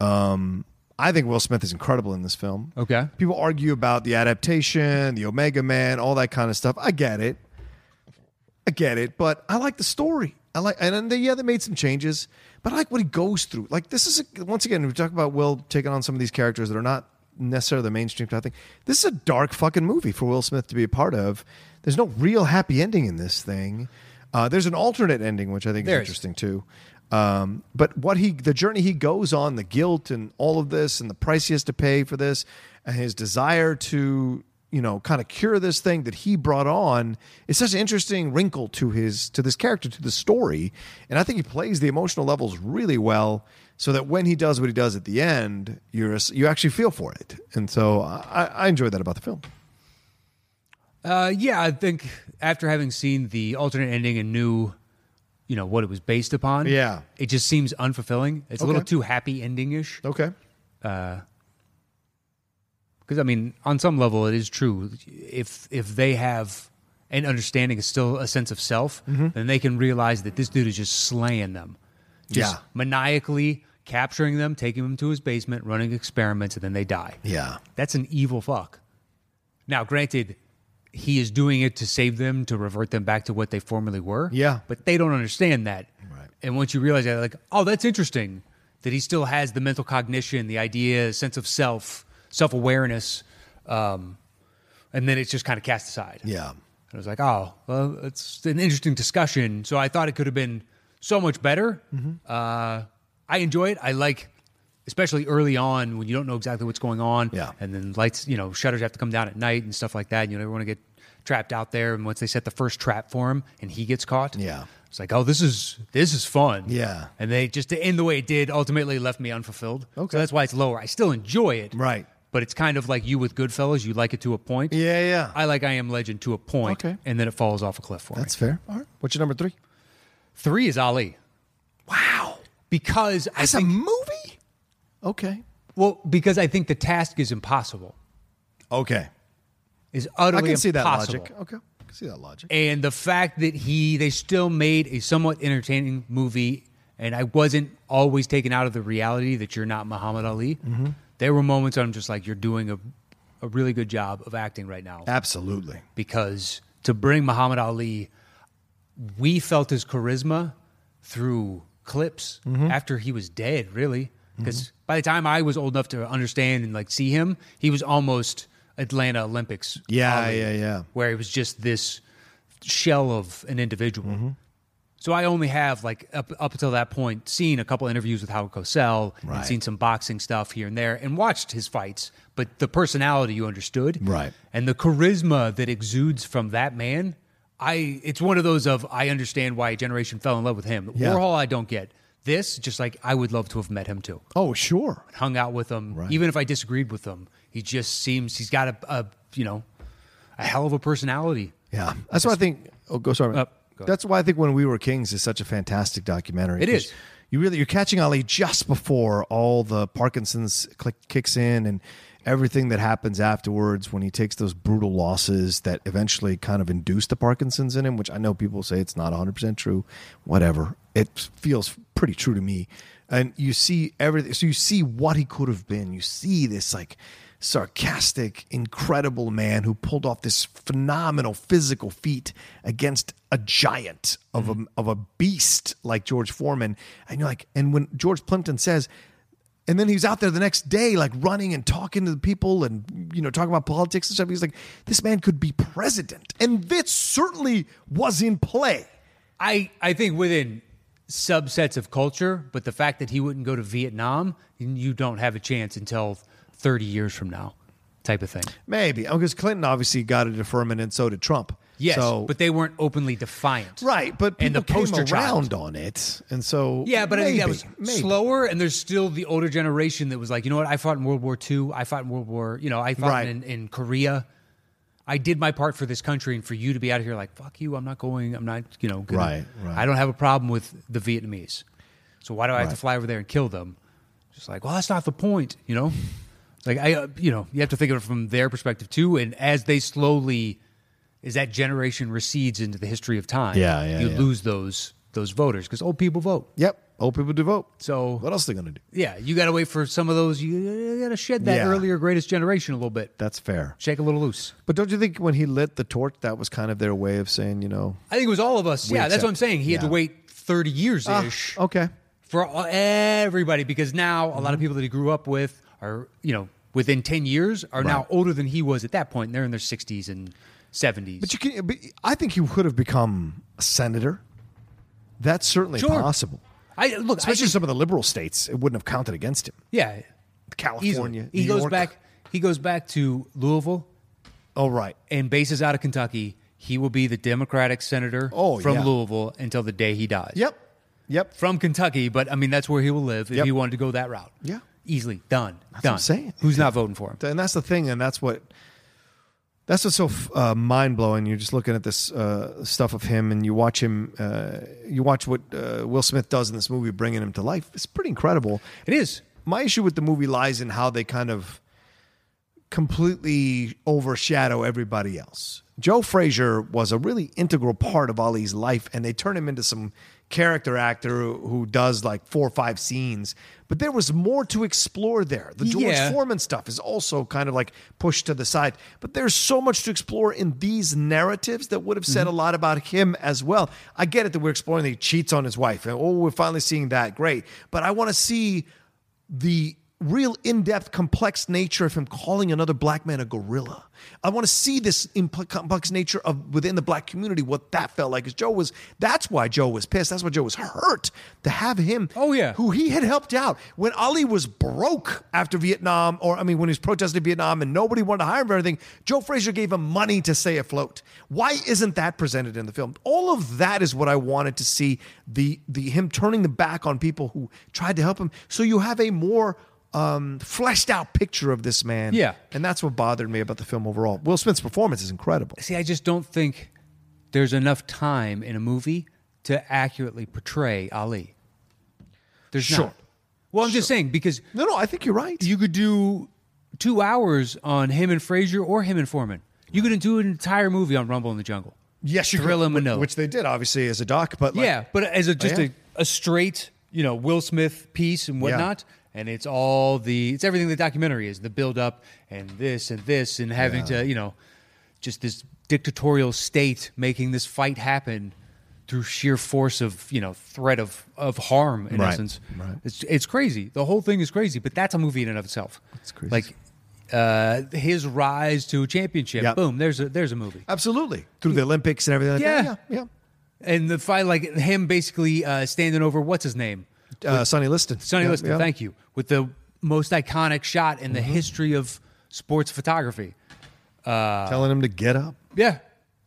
Speaker 1: Um, I think Will Smith is incredible in this film.
Speaker 2: Okay,
Speaker 1: People argue about the adaptation, the Omega Man, all that kind of stuff. I get it. I get it, but I like the story. I like, and then they, yeah, they made some changes, but I like what he goes through. Like this is a, once again we talk about Will taking on some of these characters that are not necessarily the mainstream type thing. This is a dark fucking movie for Will Smith to be a part of. There's no real happy ending in this thing. Uh, there's an alternate ending, which I think
Speaker 2: There
Speaker 1: is
Speaker 2: is.
Speaker 1: interesting too. Um, but what he, the journey he goes on, the guilt and all of this, and the price he has to pay for this, and his desire to you know kind of cure this thing that he brought on is such an interesting wrinkle to his to this character to the story and i think he plays the emotional levels really well so that when he does what he does at the end you're you actually feel for it and so i i enjoyed that about the film
Speaker 2: Uh, yeah, I think after having seen the alternate ending and knew, you know, what it was based upon,
Speaker 1: Yeah.
Speaker 2: it just seems unfulfilling. It's a
Speaker 1: Okay.
Speaker 2: little too happy ending ish.
Speaker 1: okay
Speaker 2: Because I mean, on some level, it is true. If if they have an understanding, is still a sense of self, then they can realize that this dude is just slaying them, just
Speaker 1: Yeah.
Speaker 2: maniacally capturing them, taking them to his basement, running experiments, and then they die.
Speaker 1: yeah
Speaker 2: That's an evil fuck. Now, granted, he is doing it to save them, to revert them back to what they formerly were.
Speaker 1: Yeah.
Speaker 2: But they don't understand that. Right. And once you realize that, like, oh, that's interesting that he still has the mental cognition, the idea, sense of self, self awareness. Um, and then it's just kind of cast aside.
Speaker 3: Yeah.
Speaker 2: And I was like, oh, well, it's an interesting discussion. So I thought it could have been so much better.
Speaker 3: Mm-hmm.
Speaker 2: Uh, I enjoy it. I like, especially early on when you don't know exactly what's going on.
Speaker 3: Yeah.
Speaker 2: And then lights, you know, shutters have to come down at night and stuff like that. You never want to get trapped out there. And once they set the first trap for him and he gets caught.
Speaker 3: Yeah.
Speaker 2: It's like, oh, this is this is fun.
Speaker 3: Yeah.
Speaker 2: And they just to end the way it did ultimately left me unfulfilled. Okay. So that's why it's lower. I still enjoy it.
Speaker 1: Right.
Speaker 2: But it's kind of like you with Goodfellas. You like it to a point.
Speaker 1: Yeah, yeah.
Speaker 2: I like I Am Legend to a point,
Speaker 1: Okay.
Speaker 2: and then it falls off a cliff for
Speaker 1: That's
Speaker 2: me.
Speaker 1: fair. All right. What's your number three?
Speaker 2: Three is Ali
Speaker 1: Wow.
Speaker 2: because I
Speaker 1: That's a
Speaker 2: think,
Speaker 1: movie? Okay.
Speaker 2: well because I think the task is impossible
Speaker 3: Okay.
Speaker 2: is utterly
Speaker 1: I can see that
Speaker 2: impossible.
Speaker 1: logic. Okay. I can see that logic.
Speaker 2: And the fact that he they still made a somewhat entertaining movie, and I wasn't always taken out of the reality that you're not Muhammad Ali.
Speaker 1: Mm-hmm.
Speaker 2: There were moments where I'm just like, you're doing a a really good job of acting right now.
Speaker 3: Absolutely.
Speaker 2: because to bring Muhammad Ali, we felt his charisma through clips
Speaker 1: Mm-hmm.
Speaker 2: after he was dead, really. Because by the time I was old enough to understand and like see him, he was almost Atlanta Olympics.
Speaker 1: Yeah,
Speaker 2: Ali,
Speaker 1: yeah, yeah.
Speaker 2: Where he was just this shell of an individual.
Speaker 1: Mm-hmm.
Speaker 2: So I only have like up up until that point seen a couple interviews with Howard Cosell
Speaker 3: Right.
Speaker 2: and seen some boxing stuff here and there and watched his fights, but the personality you understood,
Speaker 3: Right.
Speaker 2: and the charisma that exudes from that man, I it's one of those of I understand why a generation fell in love with him. Warhol, I don't get this. Just like I would love to have met him too,
Speaker 1: Oh, sure.
Speaker 2: hung out with him,
Speaker 3: Right.
Speaker 2: even if I disagreed with him. He just seems he's got a, a you know a hell of a personality.
Speaker 3: Yeah.
Speaker 1: That's why I think. Oh, go sorry. man.
Speaker 2: Uh, go.
Speaker 1: That's why I think when we were kings is such a fantastic documentary.
Speaker 2: It
Speaker 1: 'cause
Speaker 2: is.
Speaker 1: You really you're catching Ali just before all the Parkinson's click, kicks in and everything that happens afterwards when he takes those brutal losses that eventually kind of induce the Parkinson's in him, which I know people say it's not 100 percent true. Whatever, it feels pretty true to me. And you see everything. So you see what he could have been. You see this like sarcastic, incredible man who pulled off this phenomenal physical feat against a giant of a of a beast like George Foreman. And you're like, and when George Plimpton says, and then he was out there the next day, like running and talking to the people and you know, talking about politics and stuff. He's like, this man could be president. And this certainly was in play.
Speaker 2: I, I think within subsets of culture, but the fact that he wouldn't go to Vietnam, you don't have a chance until 30 years from now, type of thing.
Speaker 1: Maybe. Because Clinton obviously got a deferment and so did Trump.
Speaker 2: Yes,
Speaker 1: So-
Speaker 2: but they weren't openly defiant.
Speaker 1: Right, but people
Speaker 2: And the poster
Speaker 1: came
Speaker 2: child.
Speaker 1: around on it, and so
Speaker 2: Yeah, but I
Speaker 1: maybe,
Speaker 2: think that was
Speaker 1: maybe.
Speaker 2: slower, and there's still the older generation that was like, you know what, I fought in World War II, I fought in World War, you know, I fought
Speaker 1: Right.
Speaker 2: in, in Korea. I did my part for this country, and for you to be out here like, fuck you, I'm not going, I'm not, you know, gonna-
Speaker 3: Right, right.
Speaker 2: I don't have a problem with the Vietnamese. So why do I have to fly over there and kill them? Just like, well, that's not the point, you know? [LAUGHS] Like, I, uh, you know, you have to think of it from their perspective too. And as they slowly, as that generation recedes into the history of time,
Speaker 3: Yeah, yeah,
Speaker 2: you
Speaker 3: yeah.
Speaker 2: lose those those voters because old people vote.
Speaker 1: Yep, old people do vote.
Speaker 2: So
Speaker 1: What else are they going to do?
Speaker 2: yeah, you got to wait for some of those. You, got to shed that
Speaker 1: Yeah.
Speaker 2: earlier greatest generation a little bit,
Speaker 1: That's fair.
Speaker 2: shake a little loose.
Speaker 1: But don't you think when he lit the torch, that was kind of their way of saying, you know,
Speaker 2: I think it was all of us. yeah, that's what I'm
Speaker 1: accept-
Speaker 2: saying. He had to
Speaker 1: yeah. Ah, oh.
Speaker 2: wait 30 years ish
Speaker 1: okay,
Speaker 2: for all- everybody because now a
Speaker 1: Mm-hmm.
Speaker 2: lot of people that he grew up with are you know within 10 years are now older than he was at that point. And they're in their 60s and 70s.
Speaker 1: but you can. But I think he could have become a senator. That's certainly
Speaker 2: Sure.
Speaker 1: possible.
Speaker 2: I look, I
Speaker 1: Especially
Speaker 2: just,
Speaker 1: some of the liberal states, it wouldn't have counted against him.
Speaker 2: yeah,
Speaker 1: California,
Speaker 2: easily. He
Speaker 1: New
Speaker 2: goes
Speaker 1: York.
Speaker 2: back. He goes back to Louisville.
Speaker 1: Oh right,
Speaker 2: and bases out of Kentucky, he will be the Democratic senator
Speaker 1: Oh,
Speaker 2: from
Speaker 1: yeah.
Speaker 2: Louisville until the day he dies.
Speaker 1: yep, yep.
Speaker 2: From Kentucky, but I mean that's where he will live if
Speaker 1: Yep.
Speaker 2: he wanted to go that route.
Speaker 1: Yeah.
Speaker 2: Easily done.
Speaker 1: what
Speaker 2: done.
Speaker 1: I'm saying.
Speaker 2: Who's not voting for him?
Speaker 1: and that's the thing and that's what that's what's so uh, mind blowing. You're just looking at this uh, stuff of him, and you watch him. Uh, you watch what uh, Will Smith does in this movie, bringing him to life. It's pretty incredible.
Speaker 2: It is.
Speaker 1: My issue with the movie lies in how they kind of completely overshadow everybody else. Joe Frazier was a really integral part of Ali's life, and they turn him into some character actor who, who does like four or five scenes. But there was more to explore there. The George
Speaker 2: Yeah.
Speaker 1: Foreman stuff is also kind of like pushed to the side. But there's so much to explore in these narratives that would have said
Speaker 2: Mm-hmm.
Speaker 1: a lot about him as well. I get it that we're exploring that he cheats on his wife. And, oh, we're finally seeing that. Great. But I want to see the real in-depth complex nature of him calling another black man a gorilla i want to see this impl- complex nature of within the black community what that felt like because joe was that's why joe was pissed that's why joe was hurt to have him
Speaker 2: Oh, yeah.
Speaker 1: who he had helped out when ali was broke after vietnam or i mean when he was protesting vietnam and nobody wanted to hire him for anything joe frazier gave him money to stay afloat why isn't that presented in the film all of that is what i wanted to see the the him turning the back on people who tried to help him so you have a more um, fleshed out picture of this man.
Speaker 2: Yeah.
Speaker 1: And that's what bothered me about the film overall. Will Smith's performance is incredible.
Speaker 2: See, I just don't think there's enough time in a movie to accurately portray Ali. There's
Speaker 1: Sure.
Speaker 2: not. Well, I'm just saying because
Speaker 1: No, no, I think you're right.
Speaker 2: you could do two hours on him and Frazier or him and Foreman. You could do an entire movie on Rumble in the Jungle.
Speaker 1: yes, you
Speaker 2: Thrill
Speaker 1: could,
Speaker 2: him a note.
Speaker 1: Which they did, obviously, as a doc. But like, Oh,
Speaker 2: yeah, but as a just
Speaker 1: yeah.
Speaker 2: a, a straight, you know, Will Smith piece and whatnot. And it's all the it's everything the documentary is the build up and this and this and having to you know just this dictatorial state making this fight happen through sheer force of you know threat of of harm in
Speaker 1: Right,
Speaker 2: essence.
Speaker 1: right.
Speaker 2: It's it's crazy. The whole thing is crazy. But that's a movie in and of itself. It's
Speaker 1: crazy.
Speaker 2: Like uh, his rise to championship.
Speaker 1: Yeah.
Speaker 2: Boom. There's a there's a movie.
Speaker 1: Absolutely. Through the Olympics and everything like that.
Speaker 2: Yeah.
Speaker 1: Yeah. yeah.
Speaker 2: And the fight, like him basically uh, standing over what's his name,
Speaker 1: Uh, Sonny Liston.
Speaker 2: Sonny
Speaker 1: yeah,
Speaker 2: Liston,
Speaker 1: yeah. Mm-hmm.
Speaker 2: thank you. With the most iconic shot in the history of sports photography.
Speaker 1: Telling him to get up.
Speaker 2: Yeah.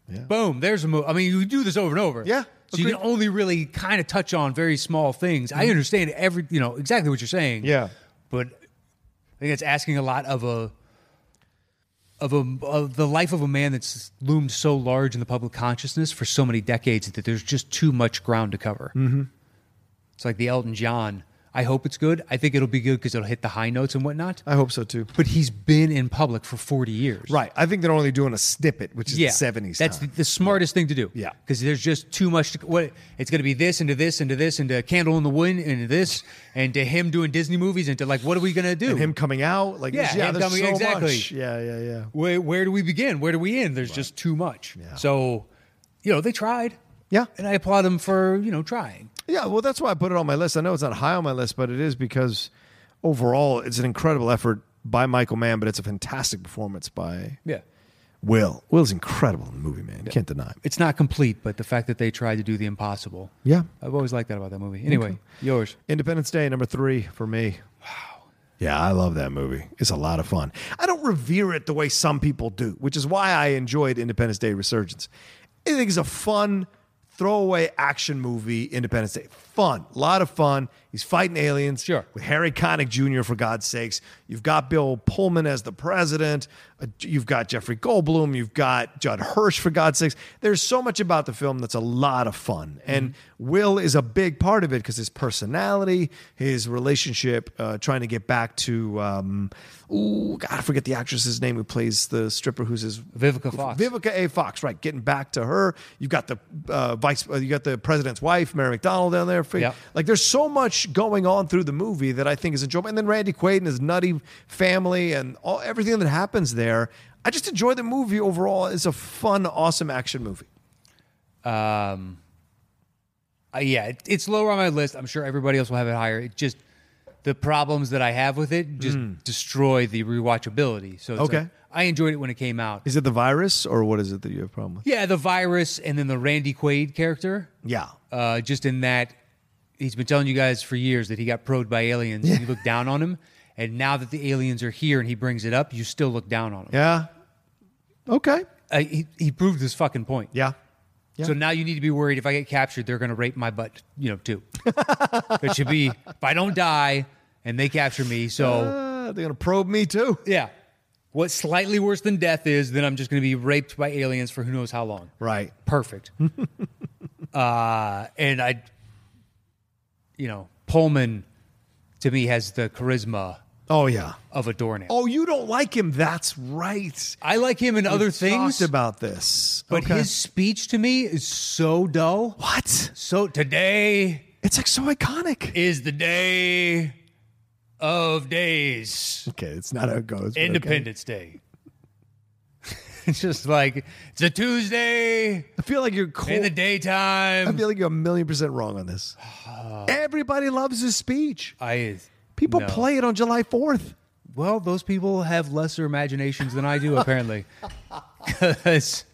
Speaker 1: Yeah.
Speaker 2: Boom. There's a move. I mean, you do this over and over.
Speaker 1: Yeah,
Speaker 2: So you
Speaker 1: agreed.
Speaker 2: can
Speaker 1: Mm-hmm.
Speaker 2: only really kind of touch on very small things. I understand every, you know, exactly what you're saying.
Speaker 1: Yeah.
Speaker 2: But I think it's asking a lot of a, of a of the life of a man that's loomed so large in the public consciousness for so many decades that there's just too much ground to cover. Mm-hmm. It's like the Elton John. I hope it's good. I think it'll be good because it'll hit the high notes and whatnot.
Speaker 1: I hope so too.
Speaker 2: But he's been in public for 40 years.
Speaker 1: Right. I think they're only doing a snippet, which is the 70s.
Speaker 2: That's
Speaker 1: time.
Speaker 2: the, the smartest thing to do.
Speaker 1: Yeah.
Speaker 2: because there's just too much. To, what it's going to be this into this into this into Candle in the Wind into this and to him doing Disney movies and to like what are we going to do?
Speaker 1: him coming out. Like,
Speaker 2: Yeah,
Speaker 1: there's- yeah,
Speaker 2: him
Speaker 1: there's
Speaker 2: coming-
Speaker 1: so
Speaker 2: exactly.
Speaker 1: much. Yeah, yeah, yeah.
Speaker 2: where where do we begin? Where do we end? There's just too much.
Speaker 1: Yeah.
Speaker 2: So, you know, they tried.
Speaker 1: Yeah.
Speaker 2: and I applaud them for you know trying.
Speaker 1: Yeah, well, that's why I put it on my list. I know it's not high on my list, but it is because overall, it's an incredible effort by Michael Mann, but it's a fantastic performance by
Speaker 2: Yeah,
Speaker 1: Will. Will's incredible in the movie, man. You Can't deny it.
Speaker 2: it's not complete, but the fact that they tried to do the impossible.
Speaker 1: Yeah.
Speaker 2: I've always liked that about that movie. Anyway, yours.
Speaker 1: Independence Day, number three for me. Wow. Yeah, I love that movie. It's a lot of fun. I don't revere it the way some people do, which is why I enjoyed Independence Day Resurgence. I think it's a fun throwaway action movie, Independence Day. Fun, a lot of fun. He's fighting aliens.
Speaker 2: Sure.
Speaker 1: With Harry Connick Jr., for God's sakes. You've got Bill Pullman as the president. Uh, You've got Jeffrey Goldblum. You've got Judd Hirsch, for God's sakes. There's so much about the film that's a lot of fun. And Will is a big part of it because his personality, his relationship, uh, trying to get back to, um, ooh, God, I forget the actress's name who plays the stripper who's his.
Speaker 2: Vivica Fox.
Speaker 1: Vivica A. Fox, right? Getting back to her. You've got the uh, vice, uh, you got the president's wife, Mary McDonald, down there.
Speaker 2: Yeah.
Speaker 1: Like there's so much going on through the movie that I think is enjoyable. And then Randy Quaid and his nutty family and all everything that happens there. I just enjoy the movie overall. It's a fun, awesome action movie.
Speaker 2: Um, uh, yeah, it, it's lower on my list. I'm sure everybody else will have it higher. It just the problems that I have with it just destroy the rewatchability. So it's
Speaker 1: Mm. Okay.
Speaker 2: like, I enjoyed it when it came out.
Speaker 1: Is it the virus or what is it that you have a problem with?
Speaker 2: Yeah, the virus and then the Randy Quaid character.
Speaker 1: Yeah.
Speaker 2: Uh, just in that he's been telling you guys for years that he got probed by aliens. and You look down on him, and now that the aliens are here and he brings it up, you still look down on him.
Speaker 1: Yeah. Okay.
Speaker 2: Uh, he, he proved his fucking point.
Speaker 1: Yeah. Yeah.
Speaker 2: So now you need to be worried if I get captured, they're going to rape my butt, you
Speaker 1: [LAUGHS]
Speaker 2: know, too. it should be if I don't die and they capture me. So,
Speaker 1: Uh, they're gonna probe me too.
Speaker 2: yeah. What's slightly worse than death is then I'm just going to be raped by aliens for who knows how long.
Speaker 1: Right.
Speaker 2: Perfect. [LAUGHS] uh, and I, you know, Pullman to me has the charisma
Speaker 1: Oh yeah.
Speaker 2: of a doornail.
Speaker 1: Oh, you don't like him. That's right.
Speaker 2: I like him in other
Speaker 1: Talked
Speaker 2: things,
Speaker 1: about this.
Speaker 2: but
Speaker 1: Okay.
Speaker 2: his speech to me is so dull.
Speaker 1: what?
Speaker 2: So today
Speaker 1: It's like so iconic.
Speaker 2: is the day of days,
Speaker 1: Okay, it's not how it goes. but okay.
Speaker 2: Independence Day. [LAUGHS] it's just like it's a Tuesday
Speaker 1: I feel like you're
Speaker 2: in
Speaker 1: cold.
Speaker 2: the
Speaker 1: I
Speaker 2: daytime.
Speaker 1: feel like you're a million percent wrong on [SIGHS] this. Everybody loves his speech.
Speaker 2: I
Speaker 1: People
Speaker 2: no.
Speaker 1: play it on July 4th.
Speaker 2: Well, those people have lesser imaginations than I
Speaker 1: [LAUGHS]
Speaker 2: do, apparently. 'Cause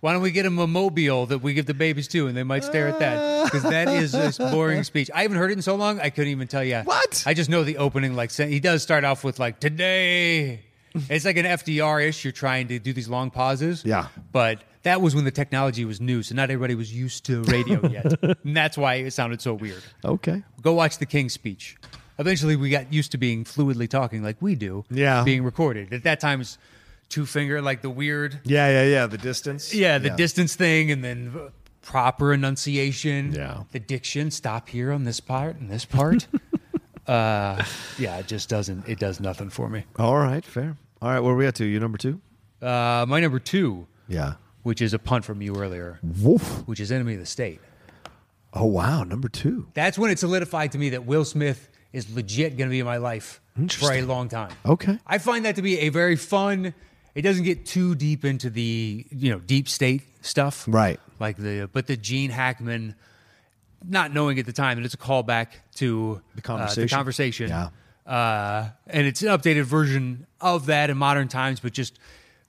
Speaker 2: why don't we get them a mobile that we give the babies to, and they might stare at that because that is this boring speech. I haven't heard it in so long; I couldn't even tell you
Speaker 1: What?
Speaker 2: I just know the opening. Like sen- he does start off with like today. It's like an FDR ish. You're trying to do these long pauses.
Speaker 1: Yeah.
Speaker 2: but that was when the technology was new, so not everybody was used to
Speaker 1: [LAUGHS]
Speaker 2: radio yet, and that's why it sounded so weird
Speaker 1: Okay.
Speaker 2: go watch the King's speech. Eventually, we got used to being fluidly talking like we do.
Speaker 1: Yeah.
Speaker 2: Being recorded. At that time, it's two finger, like the weird.
Speaker 1: Yeah, yeah, yeah. The distance.
Speaker 2: Yeah, the distance thing, and then v- proper enunciation.
Speaker 1: Yeah.
Speaker 2: The diction. Stop here on this part and
Speaker 1: [LAUGHS]
Speaker 2: this part. uh, yeah, it just doesn't, it does nothing for me.
Speaker 1: All right, fair. All right, where are we at to? You number two?
Speaker 2: Uh, my number two,
Speaker 1: Yeah.
Speaker 2: which is a punt from you earlier,
Speaker 1: Woof.
Speaker 2: which is Enemy of the State.
Speaker 1: Oh, wow. Number two.
Speaker 2: That's when it solidified to me that Will Smith is legit going to be in my life for a
Speaker 1: Interesting.
Speaker 2: long time.
Speaker 1: Okay.
Speaker 2: I find that to be a very fun. It doesn't get too deep into the you know deep state stuff,
Speaker 1: Right.
Speaker 2: Like the but the Gene Hackman, not knowing at the time that it's a callback to uh, the
Speaker 1: Conversation.
Speaker 2: conversation,
Speaker 1: Yeah.
Speaker 2: Uh, and it's an updated version of that in modern times, but just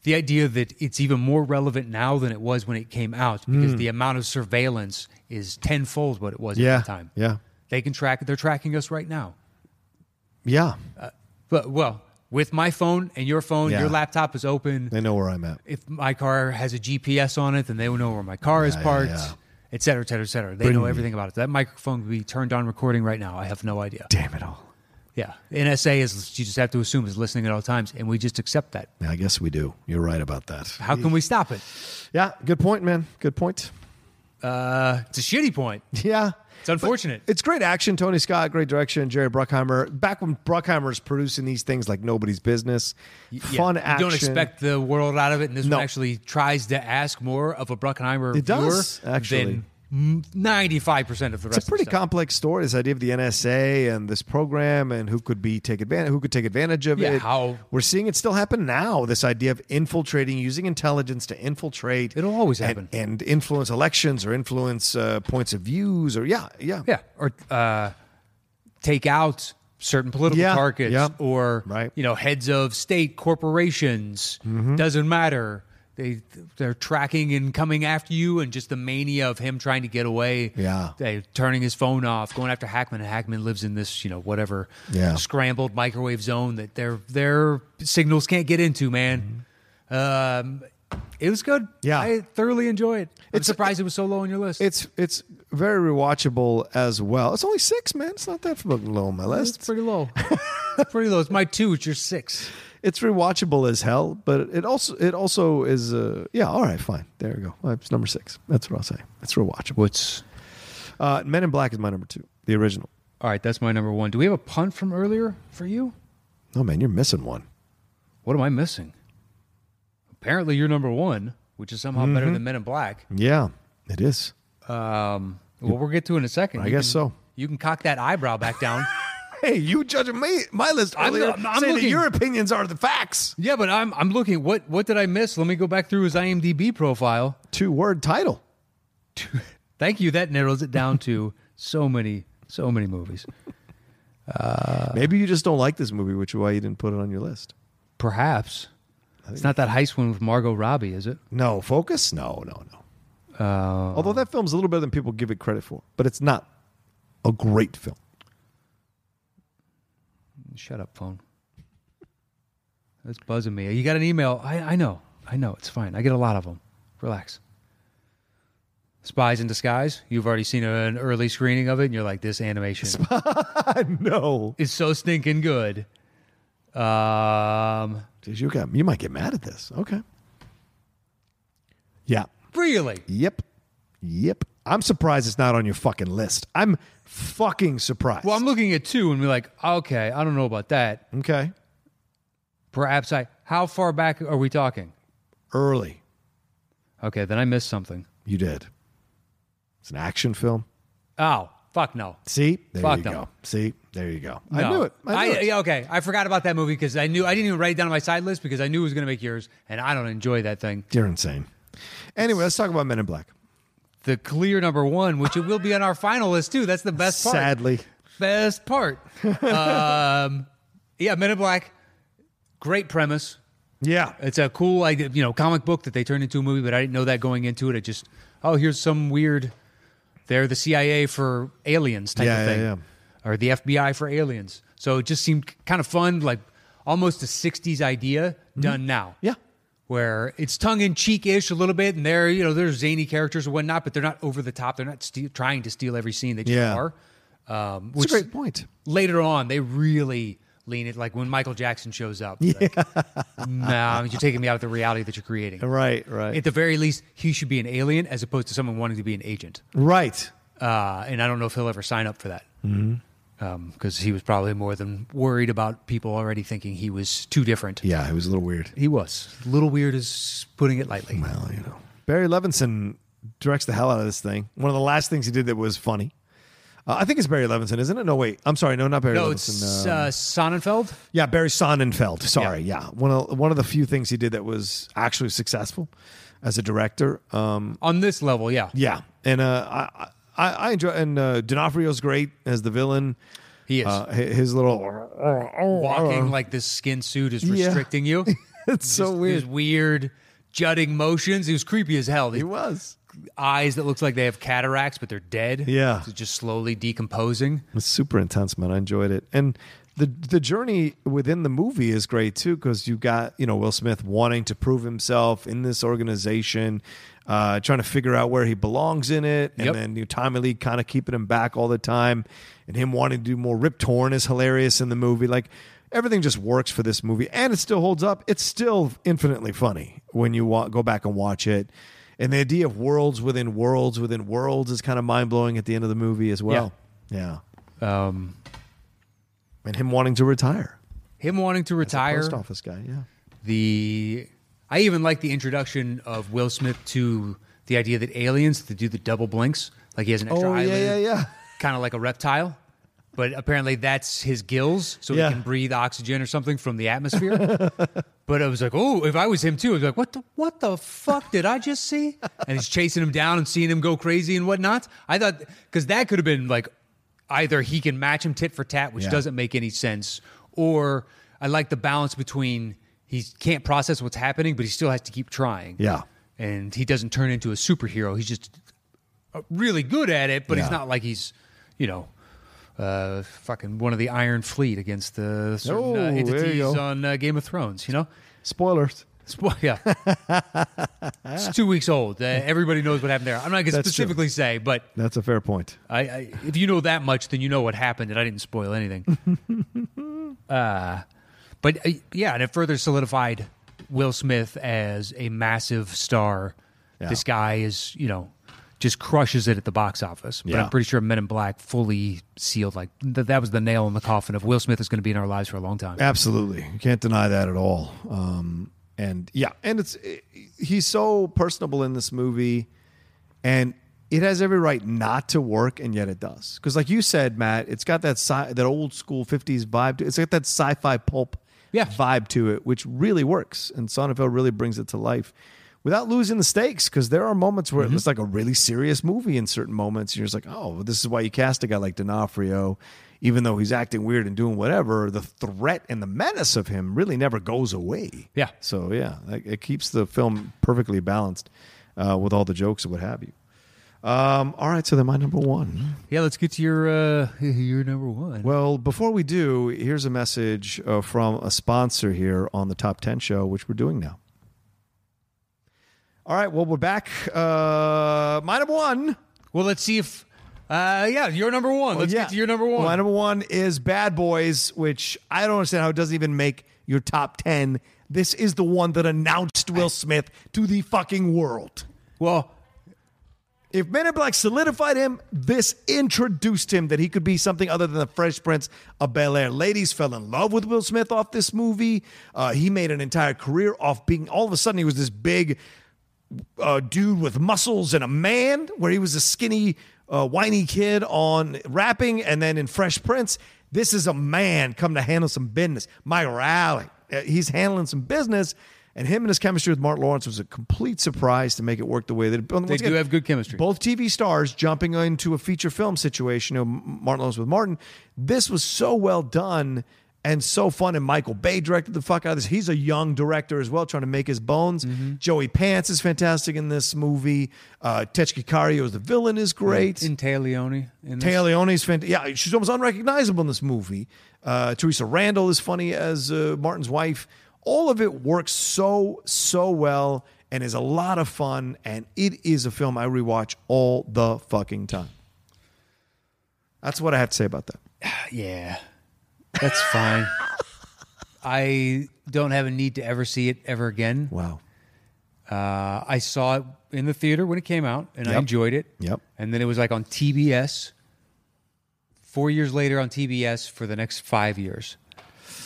Speaker 2: the idea that it's even more relevant now than it was when it came out because the amount of surveillance is tenfold what it was
Speaker 1: Hmm. Yeah.
Speaker 2: at the time.
Speaker 1: Yeah.
Speaker 2: They can track. They're tracking us right now.
Speaker 1: Yeah.
Speaker 2: But well, with my phone and your phone,
Speaker 1: Yeah.
Speaker 2: your laptop is open.
Speaker 1: They know where I'm at.
Speaker 2: If my car has a GPS on it, then they will know where my car is
Speaker 1: Yeah, yeah,
Speaker 2: parked,
Speaker 1: yeah.
Speaker 2: et cetera, et cetera, et cetera. They know everything about it. That microphone could be turned on recording right now. I have no idea.
Speaker 1: Damn it all.
Speaker 2: Yeah. NSA is, you just have to assume, is listening at all times, and we just accept that.
Speaker 1: Yeah, I guess we do. You're right about that.
Speaker 2: How can we stop it?
Speaker 1: Yeah, good point, man. Good point.
Speaker 2: Uh, it's a shitty point.
Speaker 1: Yeah.
Speaker 2: It's unfortunate.
Speaker 1: It's great action. Tony Scott, great direction. Jerry Bruckheimer. Back when Bruckheimer's producing these things like nobody's business.
Speaker 2: Yeah,
Speaker 1: Fun action.
Speaker 2: You don't expect the world out of it, and this
Speaker 1: No.
Speaker 2: one actually tries to ask more of a Bruckheimer
Speaker 1: It does,
Speaker 2: viewer
Speaker 1: actually.
Speaker 2: than ninety-five percent of the rest.
Speaker 1: It's a pretty
Speaker 2: of the stuff.
Speaker 1: complex story. This idea of the NSA and this program, and who could be take advantage, who could take advantage of
Speaker 2: Yeah,
Speaker 1: it.
Speaker 2: how-
Speaker 1: we're seeing it still happen now. This idea of infiltrating, using intelligence to infiltrate.
Speaker 2: It'll always
Speaker 1: and-
Speaker 2: happen.
Speaker 1: and, influence elections or influence uh, points of views or yeah, yeah,
Speaker 2: yeah, or uh, take out certain political
Speaker 1: Yeah,
Speaker 2: targets,
Speaker 1: yeah.
Speaker 2: or
Speaker 1: Right. Mm-hmm.
Speaker 2: you know, heads of state corporations. Doesn't matter. They they're tracking and coming after you, and just the mania of him trying to get away.
Speaker 1: Yeah.
Speaker 2: they, turning his phone off, going after Hackman, and Hackman lives in this you know whatever
Speaker 1: Yeah.
Speaker 2: scrambled microwave zone that their their signals can't get into. Man, um, it was good.
Speaker 1: Mm-hmm. Yeah.
Speaker 2: I thoroughly enjoyed it. I'm
Speaker 1: It's-
Speaker 2: surprised it, was so low on your list.
Speaker 1: It's it's very rewatchable as well. It's only six, man. It's not that fucking low on my list.
Speaker 2: It's pretty low. it's pretty low. It's my two. It's your six.
Speaker 1: it's rewatchable as hell, but it also it also is uh, yeah. All right, fine. There we go. Uh, It's number six. That's what I'll say. It's rewatchable.
Speaker 2: What's
Speaker 1: Uh, Men in Black is my number two, the original.
Speaker 2: all right? That's my number one. Do we have a punt from earlier for you?
Speaker 1: Oh man, you're missing one.
Speaker 2: What am I missing? Apparently, you're number one, which is somehow
Speaker 1: Mm-hmm.
Speaker 2: better than Men in Black.
Speaker 1: Yeah, it is.
Speaker 2: Um, well, we'll get to it in a second.
Speaker 1: I
Speaker 2: You
Speaker 1: guess
Speaker 2: can-
Speaker 1: so.
Speaker 2: You can cock that eyebrow back down. [LAUGHS]
Speaker 1: Hey, you judging me my list
Speaker 2: I'm
Speaker 1: earlier?
Speaker 2: not- I'm
Speaker 1: saying that
Speaker 2: looking-
Speaker 1: your opinions are the facts.
Speaker 2: yeah, but I'm I'm looking. What what did I miss? Let me go back through his IMDb profile. [LAUGHS]
Speaker 1: Two word title.
Speaker 2: Thank you. That narrows it down to so many so many movies.
Speaker 1: Maybe you just don't like this movie, which is why you didn't put it on your list.
Speaker 2: Perhaps it's not that heist one with Margot Robbie, is it? Uh,
Speaker 1: No focus. No, no, no. Although that film's a little better than people give it credit for, but it's not a great [LAUGHS] film.
Speaker 2: Shut up, phone. That's buzzing me. You got an email. I, I know. I know. It's fine. I get a lot of them. Relax. Spies in Disguise. You've already seen an early screening of it, and you're like, this animation
Speaker 1: no,
Speaker 2: is so stinking good. Um,
Speaker 1: Jeez, you got you might get mad at this. Okay. Yeah.
Speaker 2: really?
Speaker 1: Yep. Yep. I'm surprised it's not on your fucking list. I'm fucking surprised.
Speaker 2: Well, I'm looking at two and we're like, okay, I don't know about that.
Speaker 1: okay.
Speaker 2: Perhaps I. How far back are we talking?
Speaker 1: Early.
Speaker 2: Okay, then I missed something.
Speaker 1: You did. It's an action film.
Speaker 2: Oh, fuck no.
Speaker 1: See? There
Speaker 2: Fuck
Speaker 1: you
Speaker 2: no.
Speaker 1: go. See? There you go.
Speaker 2: No.
Speaker 1: I knew it. I knew it.
Speaker 2: yeah, okay, I forgot about that movie because I knew I didn't even write it down on my side list because I knew it was going to make yours, and I don't enjoy that thing.
Speaker 1: You're insane. Anyway, let's talk about Men in Black.
Speaker 2: The clear number one, which it will be on our final list too. That's the best part.
Speaker 1: Sadly. [LAUGHS]
Speaker 2: Best part. um, yeah, Men in Black. Great premise.
Speaker 1: Yeah.
Speaker 2: It's a cool, like, you know, comic book that they turned into a movie, but I didn't know that going into it. It just, oh, here's some weird, they're the CIA for aliens type
Speaker 1: Yeah,
Speaker 2: of
Speaker 1: yeah,
Speaker 2: thing,
Speaker 1: yeah.
Speaker 2: or the FBI for aliens. So it just seemed kind of fun, like almost a '60s idea done now.
Speaker 1: Mm-hmm. Yeah.
Speaker 2: where it's tongue in cheek ish a little bit, and they're you know they're zany characters and whatnot, but they're not over the top. They're not steal, trying to steal every scene. They just
Speaker 1: Yeah.
Speaker 2: are. Um,
Speaker 1: It's
Speaker 2: which
Speaker 1: a great point.
Speaker 2: later on they really lean it like when Michael Jackson shows up. Yeah. no, you're taking me out of the reality that you're creating.
Speaker 1: Right, right.
Speaker 2: At the very least, he should be an alien as opposed to someone wanting to be an agent.
Speaker 1: right.
Speaker 2: Uh, and I don't know if he'll ever sign up for that. Mm-hmm. Because he was probably more than worried about people already thinking he was too different.
Speaker 1: Yeah, it was a little weird.
Speaker 2: He was. A little weird is putting it lightly.
Speaker 1: Well, you know. Barry Levinson directs the hell out of this thing. One of the last things he did that was funny. Uh, I think it's Barry Levinson, isn't it? No, wait. I'm sorry. No, not Barry
Speaker 2: No,
Speaker 1: Levinson.
Speaker 2: it's
Speaker 1: uh,
Speaker 2: uh, Sonnenfeld.
Speaker 1: yeah, Barry Sonnenfeld. Sorry. Yeah. One of one of the few things he did that was actually successful as a director. Um,
Speaker 2: On this level, yeah.
Speaker 1: yeah, and uh, I, I I enjoy and uh, D'Onofrio's great as the villain.
Speaker 2: He is.
Speaker 1: Uh, hi- his little
Speaker 2: Walking like this skin suit is restricting you.
Speaker 1: [LAUGHS] it's so
Speaker 2: Just
Speaker 1: weird.
Speaker 2: These weird jutting motions. He was creepy as hell.
Speaker 1: [LAUGHS]
Speaker 2: These
Speaker 1: He was.
Speaker 2: eyes that looks like they have cataracts, but they're dead.
Speaker 1: Yeah.
Speaker 2: So just slowly decomposing.
Speaker 1: It's super intense, man. I enjoyed it, and the the journey within the movie is great too because you got you know Will Smith wanting to prove himself in this organization, uh, trying to figure out where he belongs in it, and
Speaker 2: Yep.
Speaker 1: then you know, Tommy Lee kind of keeping him back all the time, and him wanting to do more. Rip Torn is hilarious in the movie, like. Everything just works for this movie, and it still holds up. It's still infinitely funny when you wa- go back and watch it, and the idea of worlds within worlds within worlds is kind of mind blowing at the end of the movie as well. Yeah.
Speaker 2: Um,
Speaker 1: And him wanting to retire.
Speaker 2: him wanting to retire.
Speaker 1: Post office guy, yeah.
Speaker 2: The I even like the introduction of Will Smith to the idea that aliens that do the double blinks, like he has an extra eyelid,
Speaker 1: Oh, yeah.
Speaker 2: kind of like a reptile. But apparently that's his gills, so
Speaker 1: Yeah.
Speaker 2: he can breathe oxygen or something from the atmosphere. [LAUGHS] but I was like, oh, if I was him too, I'd be like, what the what the fuck did I just see? And he's chasing him down and seeing him go crazy and whatnot. I thought because that could have been like either he can match him tit for tat, which
Speaker 1: Yeah.
Speaker 2: doesn't make any sense, or I like the balance between he can't process what's happening, but he still has to keep trying.
Speaker 1: Yeah.
Speaker 2: And he doesn't turn into a superhero. He's just really good at it, but he's
Speaker 1: Yeah.
Speaker 2: not like he's, you know, uh, fucking one of the Iron Fleet against the certain,
Speaker 1: Oh,
Speaker 2: uh,
Speaker 1: there you
Speaker 2: entities
Speaker 1: go.
Speaker 2: on uh, Game of Thrones. You know,
Speaker 1: Spoilers.
Speaker 2: Spo- yeah, it's two weeks old. Uh, everybody knows what happened there. I'm not going to
Speaker 1: That's true.
Speaker 2: specifically say, but
Speaker 1: That's a fair point.
Speaker 2: I, I, if you know that much, then you know what happened, and I didn't spoil anything. uh, [LAUGHS] but uh, yeah, and it further solidified Will Smith as a massive star.
Speaker 1: Yeah.
Speaker 2: This guy is, you know, just crushes it at the box office. But
Speaker 1: Yeah.
Speaker 2: I'm pretty sure Men in Black fully sealed, like th- that was the nail in the coffin of Will Smith is going to be in our lives for a long time.
Speaker 1: Absolutely. You can't deny that at all. Um, and yeah, and it's he's so personable in this movie and it has every right not to work and yet it does. Cuz like you said, Matt, it's got that sci- that old school 50s vibe to it. It's got that sci-fi pulp
Speaker 2: Yeah.
Speaker 1: vibe to it, which really works and Sonnenfeld really brings it to life. Without losing the stakes, because there are moments where it's like a really serious movie in certain moments, and you're just like, oh, well, this is why you cast a guy like D'Onofrio, even though he's acting weird and doing whatever. The threat and the menace of him really never goes away.
Speaker 2: Yeah.
Speaker 1: So yeah, like, it keeps the film perfectly balanced uh, with all the jokes and what have you. Um, all right, so then my number one.
Speaker 2: Yeah, let's get to your uh, [LAUGHS] your number one.
Speaker 1: Well, before we do, here's a message uh, from a sponsor here on the Top 10 show, which we're doing now. All right, well, we're back. Uh, my number one.
Speaker 2: Well, let's see if. Uh, yeah, your number one. Let's
Speaker 1: Yeah.
Speaker 2: get to your number one.
Speaker 1: My number one is Bad Boys, which I don't understand how it doesn't even make your top 10. This is the one that announced Will Smith to the fucking world.
Speaker 2: Well,
Speaker 1: If Men in Black solidified him, this introduced him that he could be something other than the Fresh Prince of Bel Air. Ladies fell in love with Will Smith off this movie. Uh, he made an entire career off being, all of a sudden, he was this big uh, dude with muscles and a man, where he was a skinny, uh, whiny kid on rapping, and then in Fresh Prince, this is a man come to handle some business. Mike Rowley, uh, he's handling some business, and him and his chemistry with Martin Lawrence was a complete surprise to make it work the way that it. They
Speaker 2: do have good chemistry.
Speaker 1: Both TV stars jumping into a feature film situation, you know, Martin Lawrence with Martin. This was so well done. And so fun, and Michael Bay directed the fuck out of this. He's a young director as well, trying to make his bones. Joey Pants is fantastic in this movie. Uh, Tetch Kikario as the villain is great.
Speaker 2: In Leone. In this.
Speaker 1: Taya Leone's fantastic. Yeah, she's almost unrecognizable in this movie. Uh, Teresa Randall is funny as uh, Martin's wife. All of it works so so well and is a lot of fun. And it is a film I rewatch all the fucking time. That's what I have to say about that.
Speaker 2: Yeah, that's fine. [LAUGHS] I don't have a need to ever see it ever again.
Speaker 1: Wow.
Speaker 2: Uh, I saw it in the theater when it came out, and I
Speaker 1: Yep.
Speaker 2: enjoyed it.
Speaker 1: Yep.
Speaker 2: And then it was like on TBS. Four years later, on TBS for the next five years.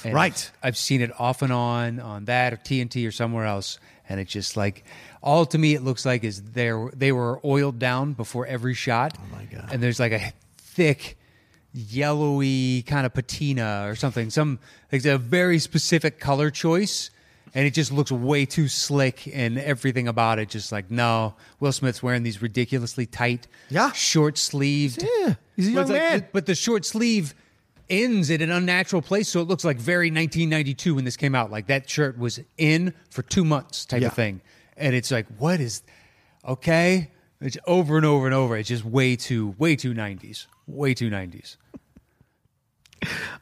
Speaker 2: And
Speaker 1: Right.
Speaker 2: I've seen it off and on on that or TNT or somewhere else, and it's just like all to me. It looks like is there they were oiled down before every shot. Oh
Speaker 1: my God.
Speaker 2: And there's like a thick yellowy kind of patina or something. Some like a very specific color choice. And it just looks way too slick, and everything about it just like no. Will Smith's wearing these ridiculously tight,
Speaker 1: Yeah.
Speaker 2: short sleeved.
Speaker 1: Yeah, he's a
Speaker 2: Well,
Speaker 1: young
Speaker 2: it's
Speaker 1: man.
Speaker 2: like- but the short sleeve ends at an unnatural place, so it looks like very 1992 when this came out. Like that shirt was in for two months, type
Speaker 1: Yeah.
Speaker 2: of thing. And it's like, what is okay? It's over and over and over. It's just way too, way too 90s, way too 90s.